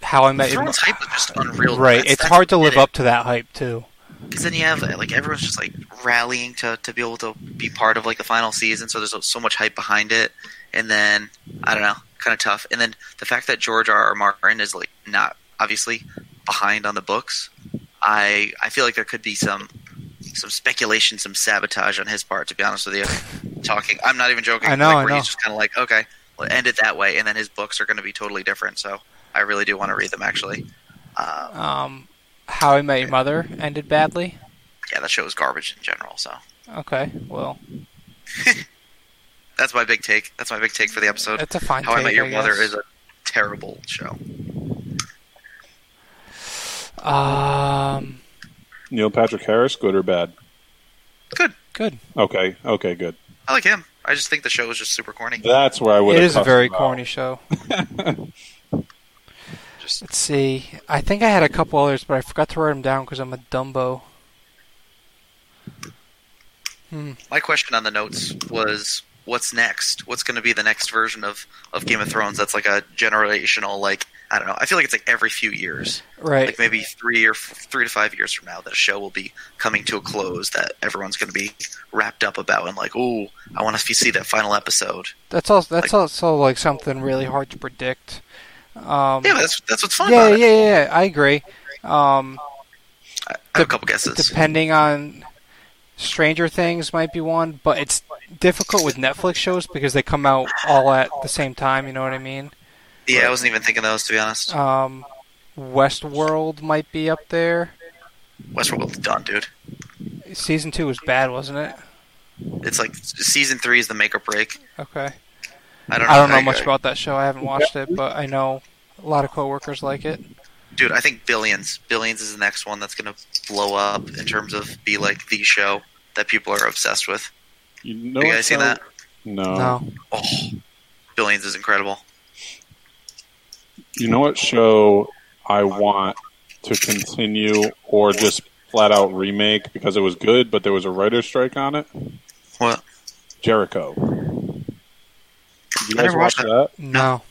A: how I met Your
D: Thrones hype was just unreal.
A: Right,
D: That's-
A: it's
D: that's
A: hard to
D: what
A: live
D: did it.
A: up to that hype too.
D: Because then you have like everyone's just like rallying to to be able to be part of like the final season. So there's so much hype behind it, and then I don't know, kind of tough. And then the fact that George R. R. Martin is like not obviously behind on the books, I I feel like there could be some some speculation, some sabotage on his part. To be honest with
A: <laughs>
D: you, talking, I'm not even joking.
A: I know,
D: like,
A: I
D: where
A: know.
D: He's just kind of like, okay, we'll end it that way, and then his books are going to be totally different. So I really do want to read them. Actually, uh,
A: Um, how I Met Your Mother ended badly.
D: yeah, that show is garbage in general. So.
A: Okay, well
D: That's my big take. That's my big take for the episode.
A: that's a fine.
D: How I
A: take,
D: Met Your Mother
A: guess.
D: is a terrible show.
A: Um,
C: Neil Patrick Harris, good or bad?
A: Good.
C: Okay, okay, good.
D: I like him. I just think the show was just super corny.
C: That's where I would.
A: It is a very corny
D: <laughs>
A: show. <laughs>
D: Just
A: Let's see. I think I had a couple others, but I forgot to write them down because I'm a Dumbo. Hmm.
D: my question on the notes was, what's next? What's going to be the next version of of Game of Thrones? That's like a generational, like I don't know. I feel like it's like every few years,
A: Right.
D: like maybe three or f- three to five years from now, that a show will be coming to a close that everyone's going to be wrapped up about and like, oh, I want to see that final episode.
A: That's also that's
D: like-
A: also like something really hard to predict. Um,
D: Yeah, but that's that's what's fun
A: yeah,
D: about it.
A: yeah, yeah, yeah, I agree. Um,
D: I, I have a couple guesses.
A: depending on Stranger Things might be one, but it's difficult with Netflix shows because they come out all at the same time. You know what I mean?
D: yeah, I wasn't even thinking those to be honest.
A: Um, Westworld might be up there.
D: Westworld's done, dude.
A: Season two was bad, wasn't it?
D: It's like season three is the make or break.
A: Okay.
D: I don't. Know
A: I don't know
D: how you-
A: much about that show. I haven't watched it, but I know a lot of coworkers like it.
D: Dude, I think Billions. Billions is the next one that's gonna blow up in terms of be like the show that people are obsessed with.
C: You know
D: Have you
C: what
D: guys seen
C: show-
D: that?
C: No.
A: No.
D: Oh, Billions is incredible.
C: You know what show I want to continue or just flat out remake because it was good, but there was a writer's strike on it?
D: What?
C: Jericho. You
D: I
C: guys
D: never
C: watch
D: watched
C: that?
A: No.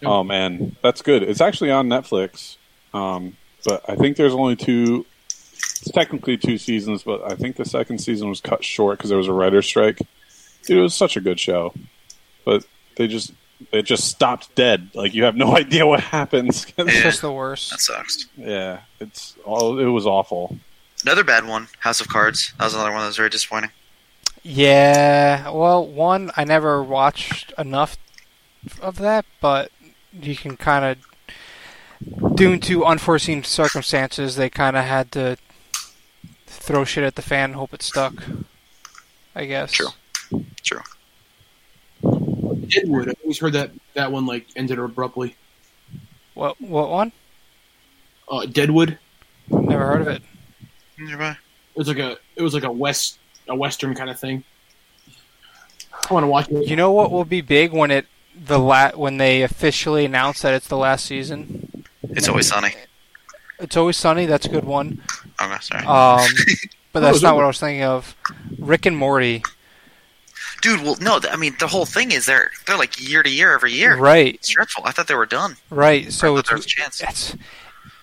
B: No.
C: Oh man, that's good. It's actually on Netflix, um, but I think there's only two. It's technically two seasons, but I think the second season was cut short because there was a writer's strike. Dude, it was such a good show, but they just it just stopped dead. Like you have no <laughs> idea what happens. <laughs>
A: It's
D: Yeah.
A: just the
D: That
A: worst.
D: sucks.
C: yeah, it's all. It was awful.
D: Another bad one. House of Cards. That was another one that was very disappointing.
A: Yeah. Well, one, I never watched enough of that, but you can kind of, due to unforeseen circumstances, they kind of had to throw shit at the fan, and hope it stuck. I guess.
D: True.
B: Deadwood. I always heard that that one like ended abruptly.
A: What? What one?
B: Uh, Deadwood.
A: Never heard of it.
D: Nearby.
B: It was like a it was like a west a western kind of thing. I want to watch it.
A: You know what will be big when it the la- when they officially announce that it's the last season?
D: It's always sunny.
A: It's always sunny. That's a good one.
D: Oh, no, sorry. <laughs>
A: Um, but that's
B: is that
A: not what I was thinking of. Rick and Morty.
D: Dude, well, no. th- I mean, the whole thing is they're they're like year to year every year.
A: Right,
D: It's dreadful. I thought they were done.
A: right.
D: I
A: So
D: thought there was a
A: it's,
D: chance.
A: it's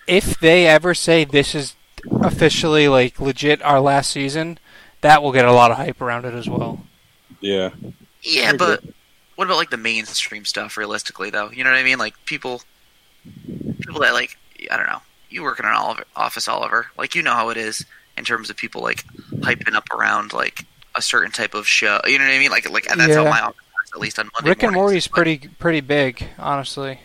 A: if they ever say this is officially like legit our last season, that will get a lot of hype around it as well.
C: Yeah,
D: Yeah,
C: Very
D: but what about like the mainstream stuff? Realistically, though, you know what I mean. Like people, people that like I don't know. You work in an Oliver, office, Oliver. Like you know how it is in terms of people like hyping up around like a certain type of show. You know what I mean? Like like and that's how
A: Yeah.
D: my office works, at least on Monday.
A: Rick and Morty's
D: mornings. Like,
A: pretty pretty big, honestly.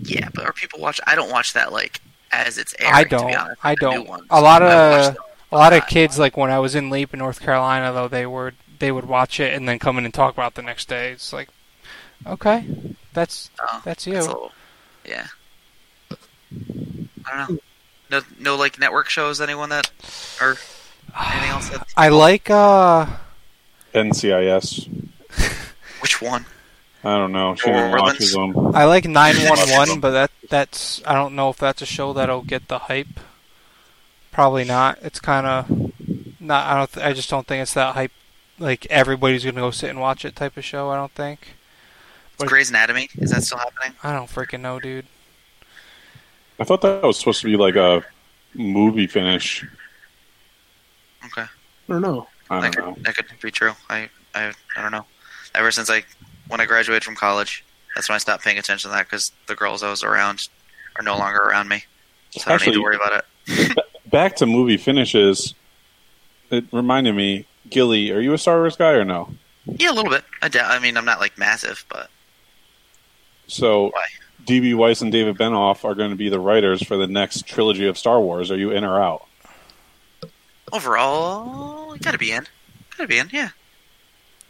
D: Yeah, but are people watch? I don't watch that like as it's airing.
A: I
D: To be
A: don't.
D: honest,
A: I
D: the new
A: don't.
D: ones.
A: A lot
D: I watch
A: of
D: them.
A: a lot of kids like when I was in Leap in North Carolina though they were they would watch it and then come in and talk about it the next day. It's like okay, that's
D: Oh,
A: that's
D: that's a
A: you.
D: little- yeah. I don't know. No, no, like network shows. Anyone that or anything else? That,
A: <sighs> I like uh
C: NCIS.
D: which one?
C: I don't know. She didn't
D: Orleans?
C: watches them.
A: I like 911 but that that's I don't know if that's a show that'll get the hype. Probably not. It's kind of not I don't th- I just don't think it's that hype like everybody's going to go sit and watch it type of show, I don't think. What-
D: Grey's Anatomy. Is that still happening?
A: I don't freaking know, dude.
C: I thought that was supposed to be like a movie finish.
D: Okay,
B: I don't know.
C: I
D: that
C: don't know.
D: could, that could be true. I, I, I don't know. Ever since I, when I graduated from college, that's when I stopped paying attention to that because the girls I was around are no longer around me, so I don't need
C: Actually-
D: to worry about it.
C: back to movie finishes. It reminded me, Gilly, are you a Star Wars guy or no?
D: Yeah, a little bit. I, doubt- I mean, I'm not like massive, but
C: So,
D: Why?
C: D.B. Weiss and David Benioff are going to be the writers for the next trilogy of Star Wars. Are you in or out?
D: overall, gotta be in. Gotta be in. Yeah.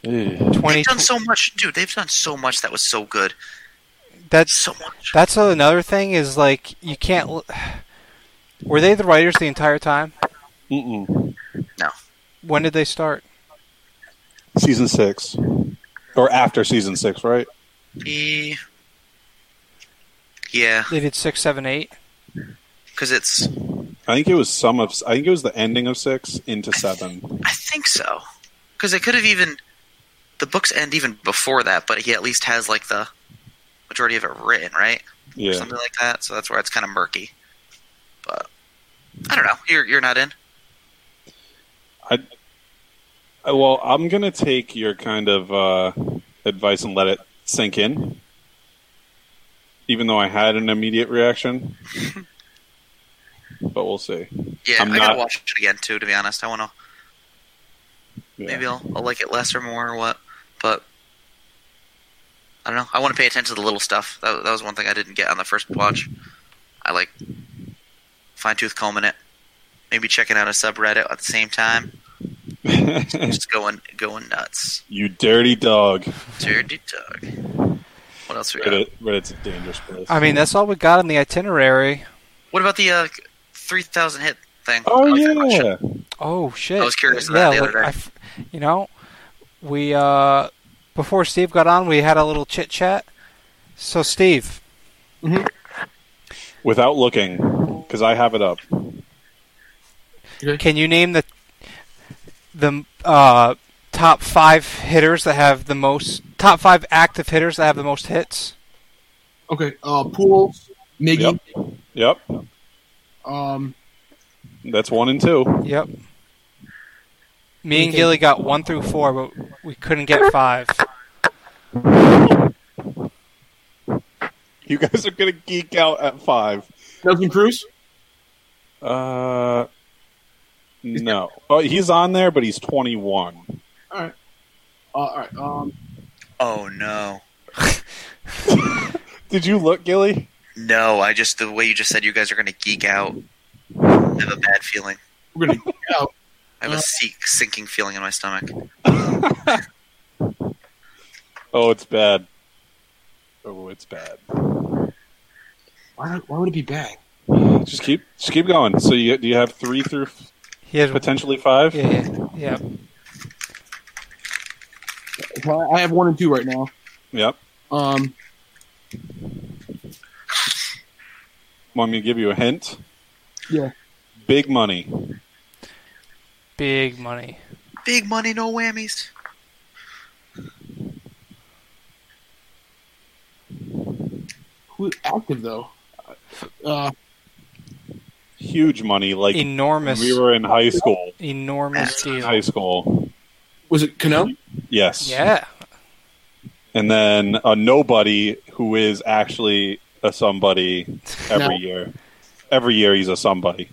A: Twenty Eh.
D: They've done so much, dude. They've done so much that was so good.
A: that's
D: So much.
A: That's another thing is like you can't. l- Were they the writers the entire time?
C: Mm-mm.
A: When did they start?
C: Season six, or after season six, right?
D: Eh, Yeah,
A: They did six, seven, eight.
D: because it's.
C: I think it was some of. I think it was the ending of six into seven.
D: I think so. Because they could have even. The books end even before that, but he at least has, like, the majority of it written, right? Or
C: Yeah,
D: something like that. So that's where it's kind of murky. But. I don't know. You're, you're not in?
C: Uh, Well, I'm gonna take your kind of uh, advice and let it sink in, even though I had an immediate
D: <laughs>
C: reaction. but we'll see.
D: Yeah, i
C: I'm
D: gotta
C: not.
D: watch it again, too, to be honest. I want to.
C: Yeah.
D: Maybe I'll, I'll like it less or more or what. But I don't know. I want to pay attention to the little stuff. That, that was one thing I didn't get on the first watch. I like fine tooth combing it. Maybe checking out a subreddit at the
C: <laughs>
D: same time. Just going going nuts.
C: you dirty dog.
D: Dirty dog. What else we got?
C: Reddit, Reddit's a dangerous place.
A: I mean, that's all we got on the itinerary.
D: What about the uh, three thousand hit thing? I
C: oh
D: like that much.
C: yeah,
A: Oh shit!
D: I was curious about that the other
A: like, I
D: day.
A: f- you know, we uh, before Steve got on, we had a little chit chat. So Steve,
C: without looking, because I have it up.
A: can you name the the uh, top five hitters that have the most top five active hitters that have the most hits?
B: Okay, uh, Poole, Miggy,
C: Yep,
B: um,
C: that's one and two. <laughs>
A: Yep. Me and
B: Okay.
A: Gilly got one through four, but we couldn't get five.
C: You guys are gonna geek out at five.
B: Nelson Cruz.
C: Uh, no. Oh, he's on there, but he's 21.
B: All right, uh, all right. Um,
D: Oh no.
C: Did you look, Gilly?
D: No, I just the way you just said you guys are gonna geek out. I have a bad feeling.
B: we're gonna geek out.
D: I have a seek, sinking feeling in my stomach.
C: Oh, it's bad. Oh, it's bad.
B: Why, why would it be bad?
C: Just keep, just keep going. So, you do you have three through
A: He has
C: potentially five?
A: yeah, yeah, yeah.
B: I have one and two right now.
C: Yep.
B: Um,
C: Want me to give you a hint?
B: Yeah.
C: Big money.
A: Big money.
D: Big money, no whammies.
B: who active though? Uh,
C: Huge money. Like
A: Enormous,
C: we were in high school.
A: enormous deal.
C: High school.
B: was it Cano?
C: Yes.
A: Yeah.
C: And then a nobody who is actually a somebody every
B: No.
C: year. Every year he's a somebody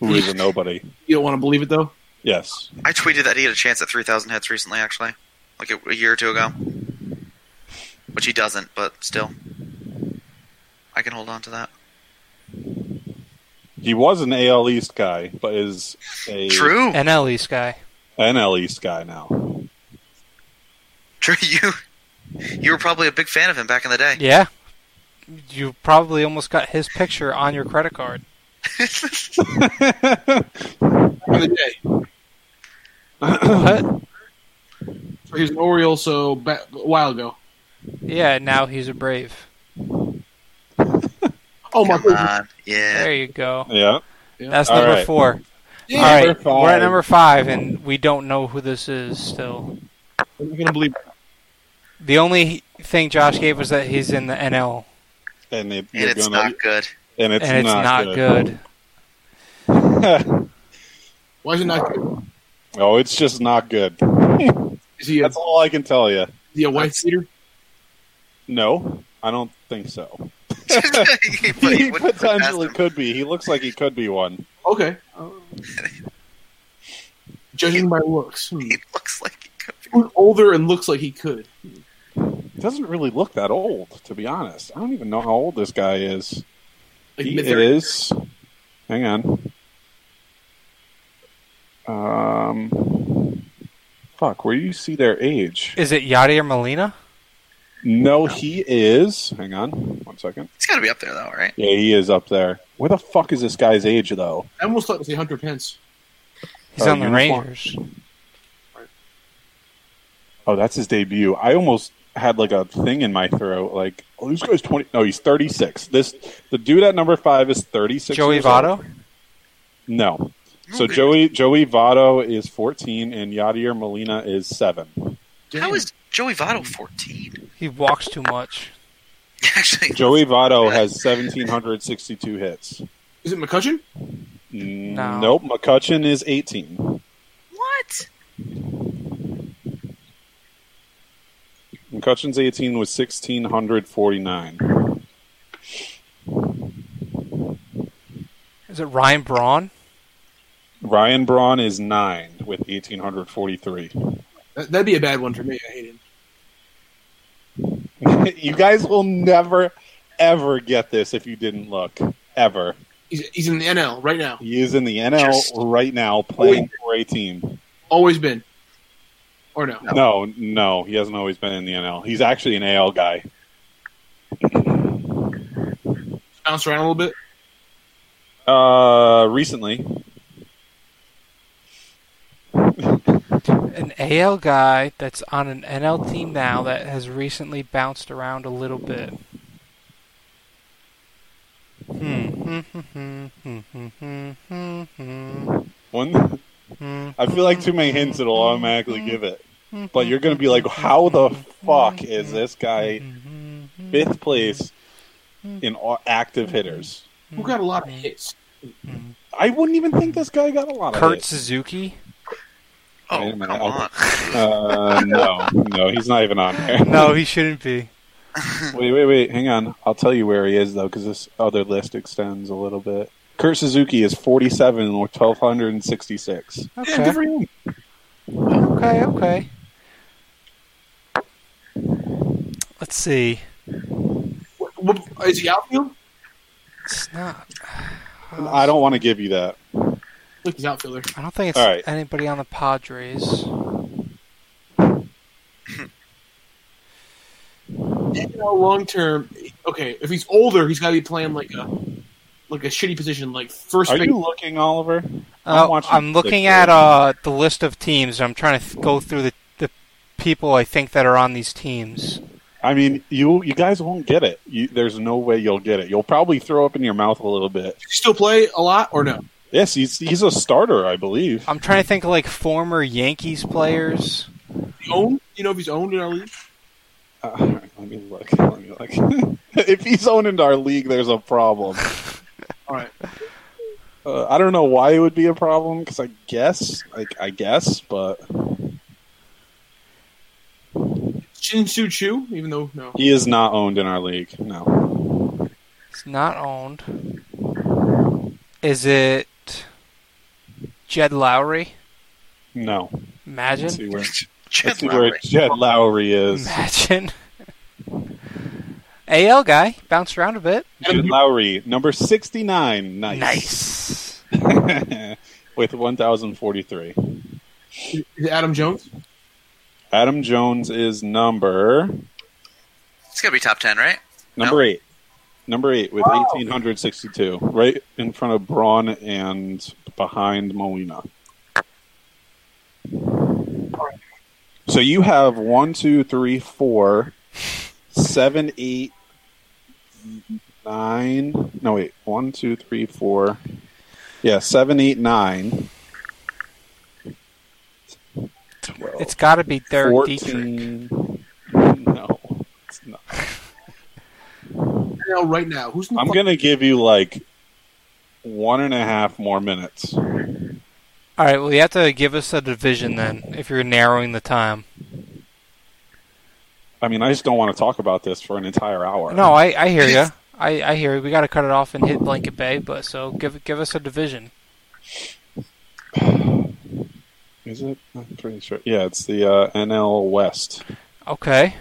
C: who
B: <laughs>
C: is a nobody.
B: You don't want to believe it though.
C: Yes.
D: I tweeted that he had a chance at 3,000 hits recently, actually. Like a, a year or two ago. Which he doesn't, but still. I can hold on to that.
C: He was an AL East guy, but is a
D: True!
A: NL East guy.
C: NL East guy now.
D: <laughs> True, you. You were probably a big fan of him back in the day.
A: Yeah. You probably almost got his picture on your credit card.
B: Back in the day.
A: What?
B: So He's an Oriole, so ba a while ago.
A: Yeah, now he's a Brave.
B: Oh my
D: Come
B: god!
D: on. Yeah.
A: There you <laughs> go.
C: yeah.
A: That's
C: All
A: number
C: right.
A: four.
B: Yeah,
A: All right,
C: Number
A: we're at
C: five.
A: number five, and we don't know who this is still.
B: I'm not gonna believe. It.
A: The only thing Josh gave was that he's in the NL,
C: And, they,
D: And
C: you're
D: it's
C: gonna-
D: not good. <laughs>
C: and it's
A: and it's not, good.
B: Why is it not? Good?
C: oh, it's just not good.
B: Is he a, is
C: That's all I can tell you.
B: he a wife beater?
C: No, I don't think so. <laughs>
D: But
C: he
D: you wouldn't put it past
C: potentially
D: him.
C: could be. He looks like he could be one. <laughs>
B: Okay. Uh, Judging by looks, hmm.
D: He looks like he could be.
B: Who's older and looks like he could.
C: Doesn't really look that old, to be honest. I don't even know how old this guy is.
B: Like
C: He
B: mid-thirties.
C: is. Hang on. Um. Fuck. Where do you see their age?
A: Is it Yadier Molina?
C: No, he is. Hang on. One second.
D: He's got to be up there, though, right?
C: Yeah, he is up there. Where the fuck is this guy's age though?
B: I almost thought it was the Hunter Pence.
A: He's
C: Uh,
A: on the
C: uniform.
A: Rangers.
C: Oh, that's his debut. I almost had like a thing in my throat. Like, oh, this guy's twenty. No, he's thirty six. This the dude at number five is thirty six.
A: Joey Votto?
C: No. So
D: Okay.
C: Joey Joey Votto is fourteen, and Yadier Molina is seven.
D: How is Joey Votto 14?
A: He walks too much.
D: <laughs> Actually,
C: Joey Votto has seventeen hundred sixty two hits.
B: Is it McCutcheon?
C: Mm,
A: No.
C: Nope. McCutcheon is eighteen.
D: what?
C: McCutcheon's eighteen was sixteen hundred forty nine.
A: Is it Ryan Braun?
C: Ryan Braun is nine with eighteen hundred forty three.
B: That, that'd be a bad one for me. I hate him.
C: <laughs> you guys will never, ever get this if you didn't look. Ever.
B: He's, he's in the NL right now.
C: He is in the NL
D: Just-
C: right now playing for a team.
B: Always been. Or no.
C: No, no, he hasn't always been in the NL. He's actually an AL guy.
B: Bounce around a little bit.
C: Uh, recently,
A: An AL guy that's on an NL team now that has recently bounced around a little bit. Hmm.
C: one. I feel like too many hints it'll automatically give it. But you're gonna be like, how the fuck is this guy fifth place in all active hitters?
D: Hmm.
B: Who got a lot of hits?
C: I wouldn't even think this guy got a lot of
A: Kurt
C: hits.
A: Suzuki?
D: Oh,
C: Wait a minute,
D: come
C: I'll-
D: on.
C: Uh, no, no, he's not even on there.
A: No, he shouldn't be.
C: <laughs> Wait, wait, wait. Hang on. I'll tell you where he is, though, because this other list extends a little bit. Kurt Suzuki is 47 with 1,266.
A: Okay. Okay, okay. Let's see.
B: What, what, is he outfield?
A: It's not.
C: I don't want to give you that.
B: Look, he's outfielder.
A: I don't think it's
C: All right.
A: anybody on the Padres.
B: NL long term. uh, Okay, if he's older, he's got to be playing like a like a shitty position, like first
C: Are
B: base.
C: you looking, Oliver? I'm
A: Uh,
C: watching
A: I'm looking
C: the-
A: at uh, the list of teams. I'm trying to th- go through the, the people I think that are on these teams.
C: I mean, you you guys won't get it. You, there's no way you'll get it. You'll probably throw up in your mouth a little bit.
B: Does he still play a lot or no?
C: Yes, he's, he's a starter, I believe.
A: I'm trying to think of like former Yankees players.
B: He owned? You know if he's owned in our league?
C: Uh, <laughs> all right, let me look. Let me look. <laughs> if he's owned into our league, there's a problem.
B: All right.
C: Uh, I don't know why it would be a problem because I guess, like, I guess, but
B: Shin Soo Chu, even though no.
C: He is not owned in our league. No.
A: It's not owned. Is it Jed Lowry?
C: No. Let's see
A: Imagine.
C: where, let's
D: Chet
C: see where
D: Lowry.
C: Jed Lowry is.
A: Imagine. <laughs> AL guy bounced around a bit.
C: Jed Lowry, number 69. Nice.
A: Nice.
C: Nice. <laughs> With 1,043.
B: Is it Adam Jones?
C: Adam Jones is number
D: It's got to be top 10, right?
C: number
D: No.
C: eight. Number eight with 1,862. Right in front of Braun and behind Molina. So you have one, two, three, four, seven, eight, nine. No, wait. One, two, three, four. Yeah, seven, eight, nine. Twelve.
A: It's got to be Derek Dietrich.
C: 14. No, it's not.
B: NL right now. Who's in the
C: I'm
B: fuck-
C: gonna give you like one and a half more minutes.
A: All right. Well, you have to give us a division then, if you're narrowing the time.
C: I mean, I just don't want to talk about this for an entire hour.
A: No, I, I hear you. I, I hear you. We got to cut it off and hit Blanket Bay, but so give give us a division.
C: is it? I'm pretty sure. Yeah, it's the uh, NL West.
A: Okay.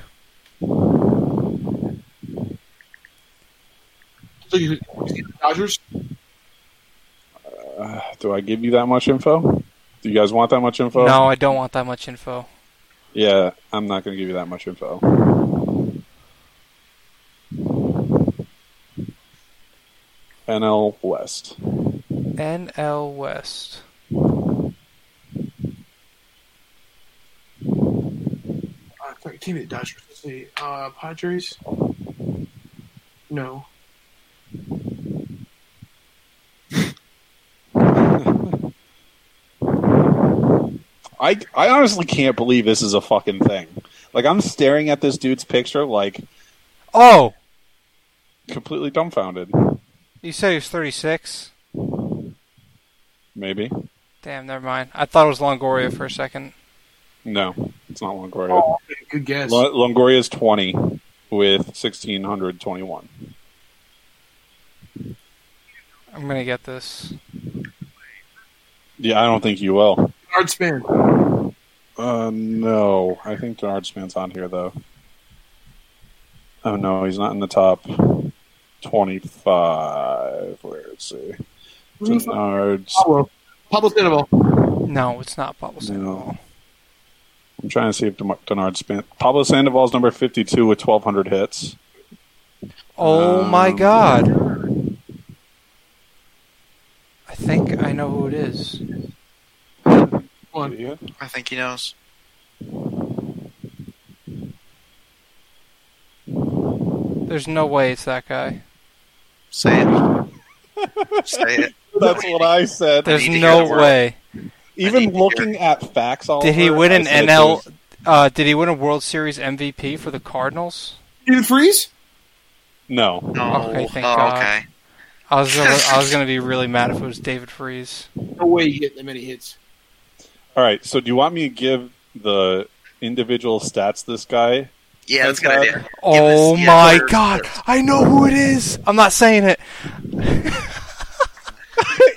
B: Is he- is he in the Dodgers?
C: Uh, do I give you that much info? Do you guys want that much info?
A: No, I don't want that much info.
C: Yeah, I'm not gonna give you that much info. NL West.
A: NL West.
B: Uh, team the Dodgers. Let's see, uh, Padres. No.
C: I I honestly can't believe this is a fucking thing. Like I'm staring at this dude's picture, like
A: Oh,
C: completely dumbfounded.
A: you said he was 36.
C: Maybe
A: Damn, never mind. I thought it was Longoria for a second.
C: no, it's not Longoria.
B: Oh, okay, good guess.
C: Lo- Longoria is twenty with sixteen hundred twenty-one.
A: I'm gonna get this.
C: Yeah, I don't think you will.
B: Hard spin.
C: Uh, no, I think Denard Span's on here though. Oh no, he's not in the top twenty-five. Where is he? Denard.
B: Pablo. Pablo Sandoval.
A: No, it's not Pablo Sandoval.
C: No. I'm trying to see if Dem- Denard Span. Pablo Sandoval's number fifty-two with twelve hundred hits.
A: Oh
C: Um,
A: my god. I think I know who it is.
B: One.
C: Yeah.
D: I think he knows.
A: There's no way it's that guy.
D: Say it. Say <laughs> it.
C: That's what I said.
A: There's
D: need to
A: no
D: hear the word.
A: way.
D: I
C: Even
D: need to hear
C: looking at facts, all
A: Did he
C: over,
A: win
C: I
A: an
C: said
A: NL?
C: there's-
A: Uh, did he win a World Series MVP for the Cardinals?
B: Did freeze?
C: No,
D: No.
A: Okay, thank
D: oh,
A: God.
D: okay.
A: I was gonna, I was gonna be really mad if it was David Freeze.
B: No way you get that many hits.
C: All right. So, do you want me to give the individual stats this guy? <laughs>
D: Yeah, that's a good
C: That's
D: idea.
A: Oh
D: yeah,
A: my
D: they're-
A: god!
D: they're-
A: I know who it is. I'm not saying it.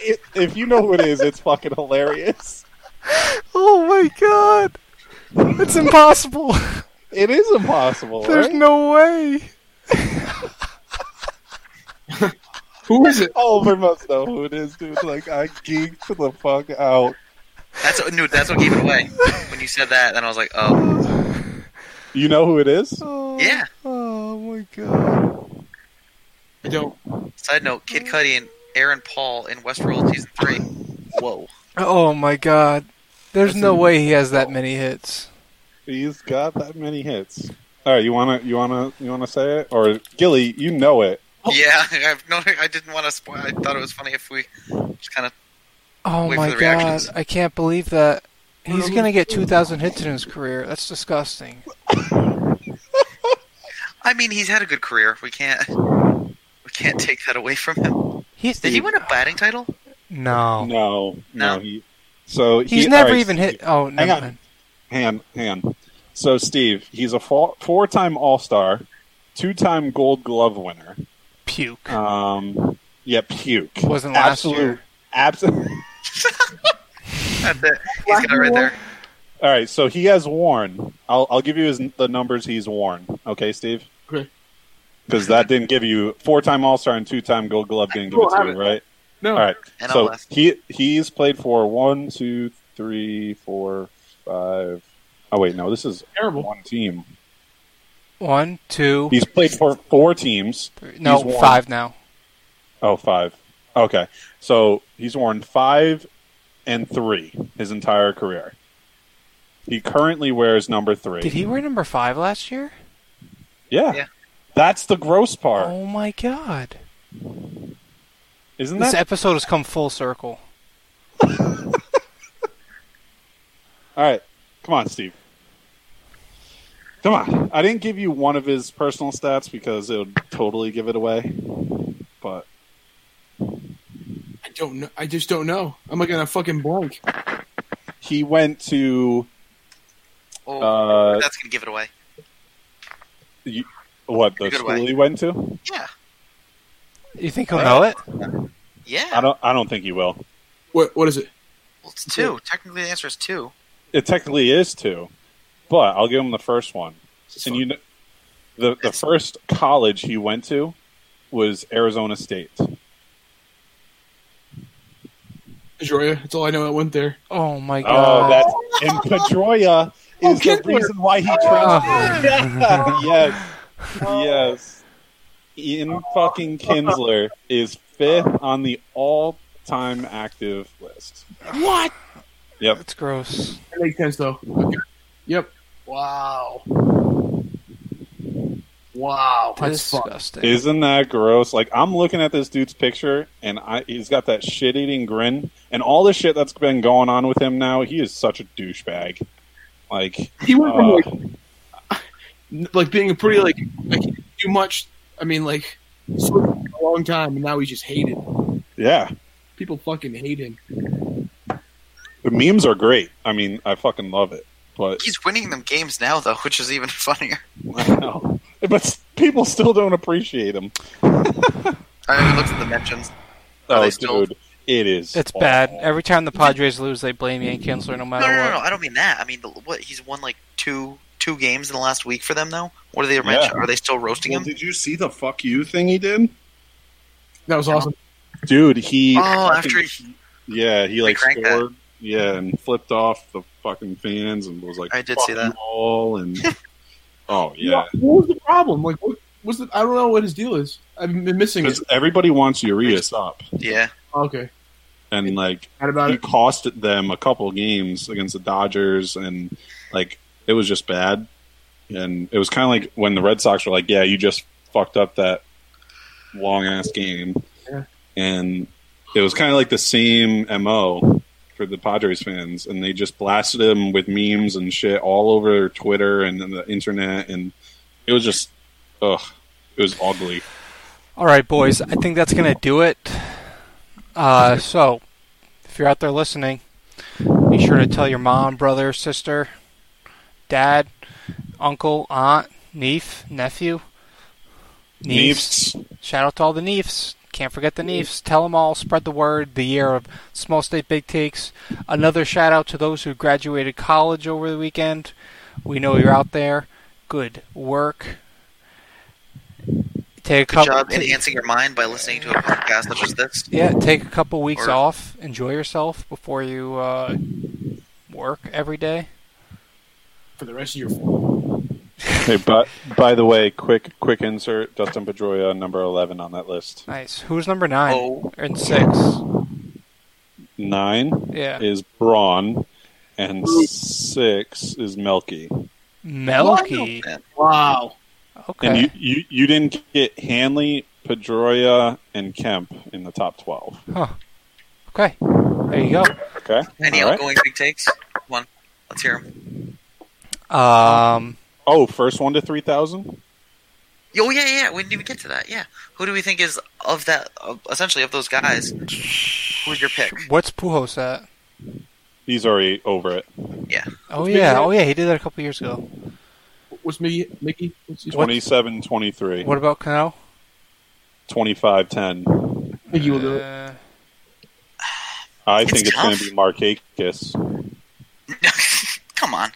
C: If- if you know who it is, it's fucking hilarious.
A: Oh my god! It's impossible. <laughs>
C: It is impossible.
A: There's
C: Right?
A: no way.
B: Who is it?
C: Oliver must know who it is, dude. Like I geeked the fuck out.
D: That's what, no, that's what gave it away. When you said that, then I was like, oh,
C: You know who it is?
A: Oh,
D: Yeah.
A: Oh my god!
B: I don't.
D: Side note: Kid Cudi and Aaron Paul in Westworld season three. Whoa!
A: Oh my god! There's no way he has that many hits.
C: He's got that many hits. All right, you wanna you wanna you wanna say it or Gilly? You know it.
D: <laughs> Yeah, I've no, I didn't want to spoil. I thought it was funny if we just kind of.
A: Oh
D: Wait for
A: my
D: the
A: god!
D: reactions.
A: I can't believe that. He's
B: Well,
A: gonna get 2,000 hits in his career. That's disgusting.
D: I mean, he's had a good career. We can't. We can't take that away from him.
A: He's,
D: Did he win a batting title?
A: No.
C: No, no.
D: No.
C: He, so he-
A: He's
C: all
A: never
C: right,
A: even hit. Oh, never
C: on.
A: mind.
C: Hand, hand. So, Steve, he's a four time All Star, two time Gold Glove winner.
A: Puke.
C: Um, yeah, puke.
A: Wasn't last
C: Absolute-
A: year.
C: Absolute.
D: That's it. He's got it right there.
C: <laughs> All right, so he has worn. I'll, I'll give you his, the numbers he's worn. Okay, Steve?
B: Okay.
C: Because that didn't give you four time All Star and two time Gold Glove didn't give
B: Cool,
C: it
B: have
C: to
B: it.
C: you, right?
B: No.
C: All right.
D: And
C: So
D: I'll ask.
C: he he's played for one, two, three, four, five. Oh wait, no, this is
B: Terrible.
C: one team.
A: One, two,
C: He's played for four teams.
A: three. No,
C: he's one.
A: five now.
C: Oh, five. Okay, so he's worn five and three his entire career. He currently wears number three.
A: Did he wear number five last year?
C: Yeah.
D: Yeah.
C: That's the gross part.
A: Oh my god.
C: Isn't
A: This
C: that?
A: episode has come full circle.
C: All right. Come on, Steve. Come on. I didn't give you one of his personal stats because it would totally give it away. But
B: I don't know. I just don't know. I'm like on a fucking blank.
C: he went to
D: Oh,
C: uh,
D: that's gonna give it away.
C: what the
D: Good
C: school
D: way.
C: he went to?
D: Yeah.
A: You think he'll know it?
D: Yeah.
C: I don't. I don't think he will.
B: What? What is it?
D: Well, it's two. Technically, the answer is two.
C: It technically is two, but I'll give him the first one. And you, know, the the first college he went to was Arizona State.
B: Joya. That's all I know. I went there.
A: Oh my
C: Oh,
A: god.
C: that's and Pedroia is the
B: Kindler.
C: reason why
A: <laughs>
C: he transferred. yes, yes. Ian fucking Kinsler is fifth on the all-time active list.
B: What?
C: Yep.
A: That's gross.
B: That makes sense though. Okay. Yep. Wow. Wow, that's fucked.
A: Disgusting.
C: Isn't that gross? Like I'm looking at this dude's picture, and I, he's got that shit-eating grin, and all the shit that's been going on with him now. He is such a douchebag. Like
B: He went from
C: uh,
B: like, n- like being a pretty like I can't do much. I mean, like sort of for a long time, and now he's just hated.
C: yeah,
B: People fucking hate him.
C: the memes are great. I mean, I fucking love it. But
D: He's winning them games now, though, which is even <laughs> funnier.
C: wow. but s- people still don't appreciate him.
D: I haven't looked at the mentions. Are
C: Oh,
D: they still-
C: dude, it is.
A: It's
C: awful.
A: bad. Every time the Padres lose, they blame Ian Kinsler no
D: No,
A: matter
D: no, no, no.
A: what.
D: I don't mean that. I mean, the, what he's won like two two games in the last week for them, though. What are they mention? Are they still roasting
C: Well,
D: him?
C: did you see the fuck you thing he did?
B: That was awesome.
C: Dude, he.
D: Oh,
C: fucking-
D: after he,
C: Yeah, he like
D: cranked that.
C: scored. Yeah, and flipped off the fucking fans and was like,
D: I did
C: "Fuck
D: see
C: you
D: that."
C: all," and oh yeah,
B: What was the problem? Like, what was the? I don't know what his deal is. I've been missing it.
C: because everybody wants Urias up,
D: yeah,
B: Okay,
C: and like
B: Mad about
C: he
B: it.
C: cost them a couple games against the Dodgers, and like it was just bad. And it was kind of like when the Red Sox were like, "Yeah, you just fucked up that long ass game,"
B: Yeah.
C: and it was kind of like the same mo for the Padres fans, and they just blasted him with memes and shit all over Twitter and the internet, and it was just, ugh, it was ugly.
A: All right, boys. I think that's gonna do it. Uh, so, if you're out there listening, be sure to tell your mom, brother, sister, dad, uncle, aunt, niece, nephew,
C: Neefs,
A: Shout out to all the Neefs. Can't forget the Neefs. Tell them all. Spread the word. The year of small state big takes. Another shout out to those who graduated college over the weekend. We know you're out there. Good work. Take a
D: good
A: couple.
D: job enhancing your mind by listening to a podcast such as this.
A: yeah, take a couple weeks
D: Or-
A: off. Enjoy yourself before you uh, work every day.
B: for the rest of your.
C: Hey, but by the way, quick quick insert: Dustin Pedroia, number eleven on that list.
A: Nice. Who's number nine
D: Oh,
A: and six?
C: Nine
A: Yeah,
C: is Braun, and six is Melky.
A: Melky.
D: man.
B: Wow.
A: Okay.
C: And you, you you didn't get Hanley, Pedroia, and Kemp in the top twelve.
A: okay. There you go.
C: Okay,
D: any
C: All right.
D: outgoing big takes? Come on, let's hear him.
A: Um,
C: Oh, first one to three thousand.
D: Oh yeah, yeah. We didn't even get to that. Yeah. Who do we think is of that? Of, essentially, of those guys, who's your pick? <laughs>
A: what's Pujos at?
C: He's already over it.
A: Oh
B: Who's
A: yeah,
B: Miggy?
A: oh yeah, he did that a couple years ago.
B: What's Mickey? Mickey? What's his-
C: 27, 23,
A: What about Cano?
C: 25, 10.
B: Mickey will do it.
A: Uh,
C: I
D: It's
C: think it's
D: tough.
C: going to be Markakis.
D: Come on.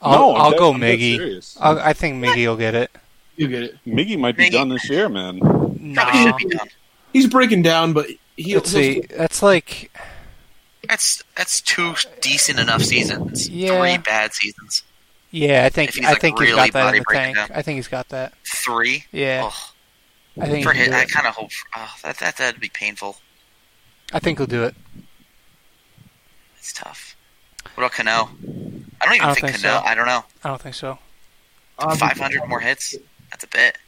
A: I'll,
C: No, I'm
A: I'll
C: dead-
A: go
C: I'm dead
A: Miggy.
C: serious.
A: I'll, I think Miggy will get it.
B: You get it.
C: Miggy might be
D: Miggy-
C: done this year, man.
D: Probably
A: Nah.
D: should be done.
B: He's breaking down, but he.
A: Let's see. That's like
D: That's that's two decent enough seasons.
A: Yeah.
D: Three bad seasons.
A: yeah. I
D: If
A: think
D: he's,
A: I
D: like,
A: think
D: really
A: he's got that
D: body
A: in the
D: breaking
A: tank.
D: down.
A: I think he's got that.
D: Three.
A: Yeah.
D: Oh,
A: I think
D: for
A: he'll
D: him,
A: do
D: I
A: it.
D: kind of hope. Oh, that that that'd be painful.
A: I think he'll do it.
D: It's tough. What about Cano? I don't even
A: I don't
D: think,
A: think
D: Cano.
A: so.
D: I don't know.
A: I don't think so.
D: Five hundred more hits. That's a bit.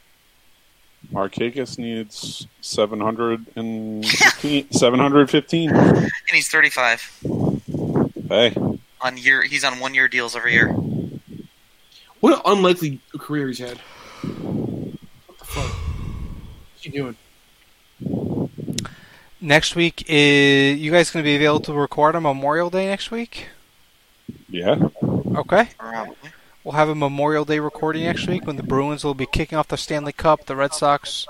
C: Markakis needs 715. 715.
D: And he's thirty-five
C: Hey,
D: on year. He's on one-year deals every year.
B: What an unlikely career he's had. What the fuck? What's he doing?
A: Next week is you guys going to be available to record on Memorial Day next week?
C: yeah.
A: Okay.
D: Probably.
A: We'll have a Memorial Day recording next week when the Bruins will be kicking off the Stanley Cup. The Red Sox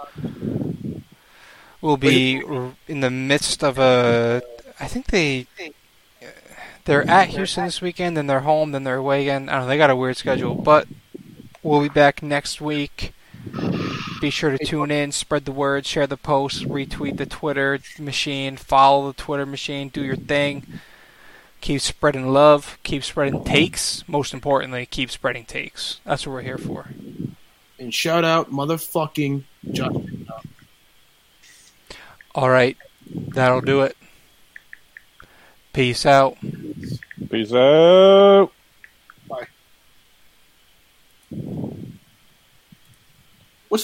A: will be r- in the midst of a. I think they they're at Houston this weekend, then they're home, then they're away again. I don't know. They got a weird schedule, but we'll be back next week. Be sure to tune in, spread the word, share the post, retweet the Twitter machine, follow the Twitter machine, do your thing keep spreading love, keep spreading takes. Most importantly, keep spreading takes. That's what we're here for.
B: And shout out motherfucking John.
A: All right, that'll do it. Peace out.
C: Peace out.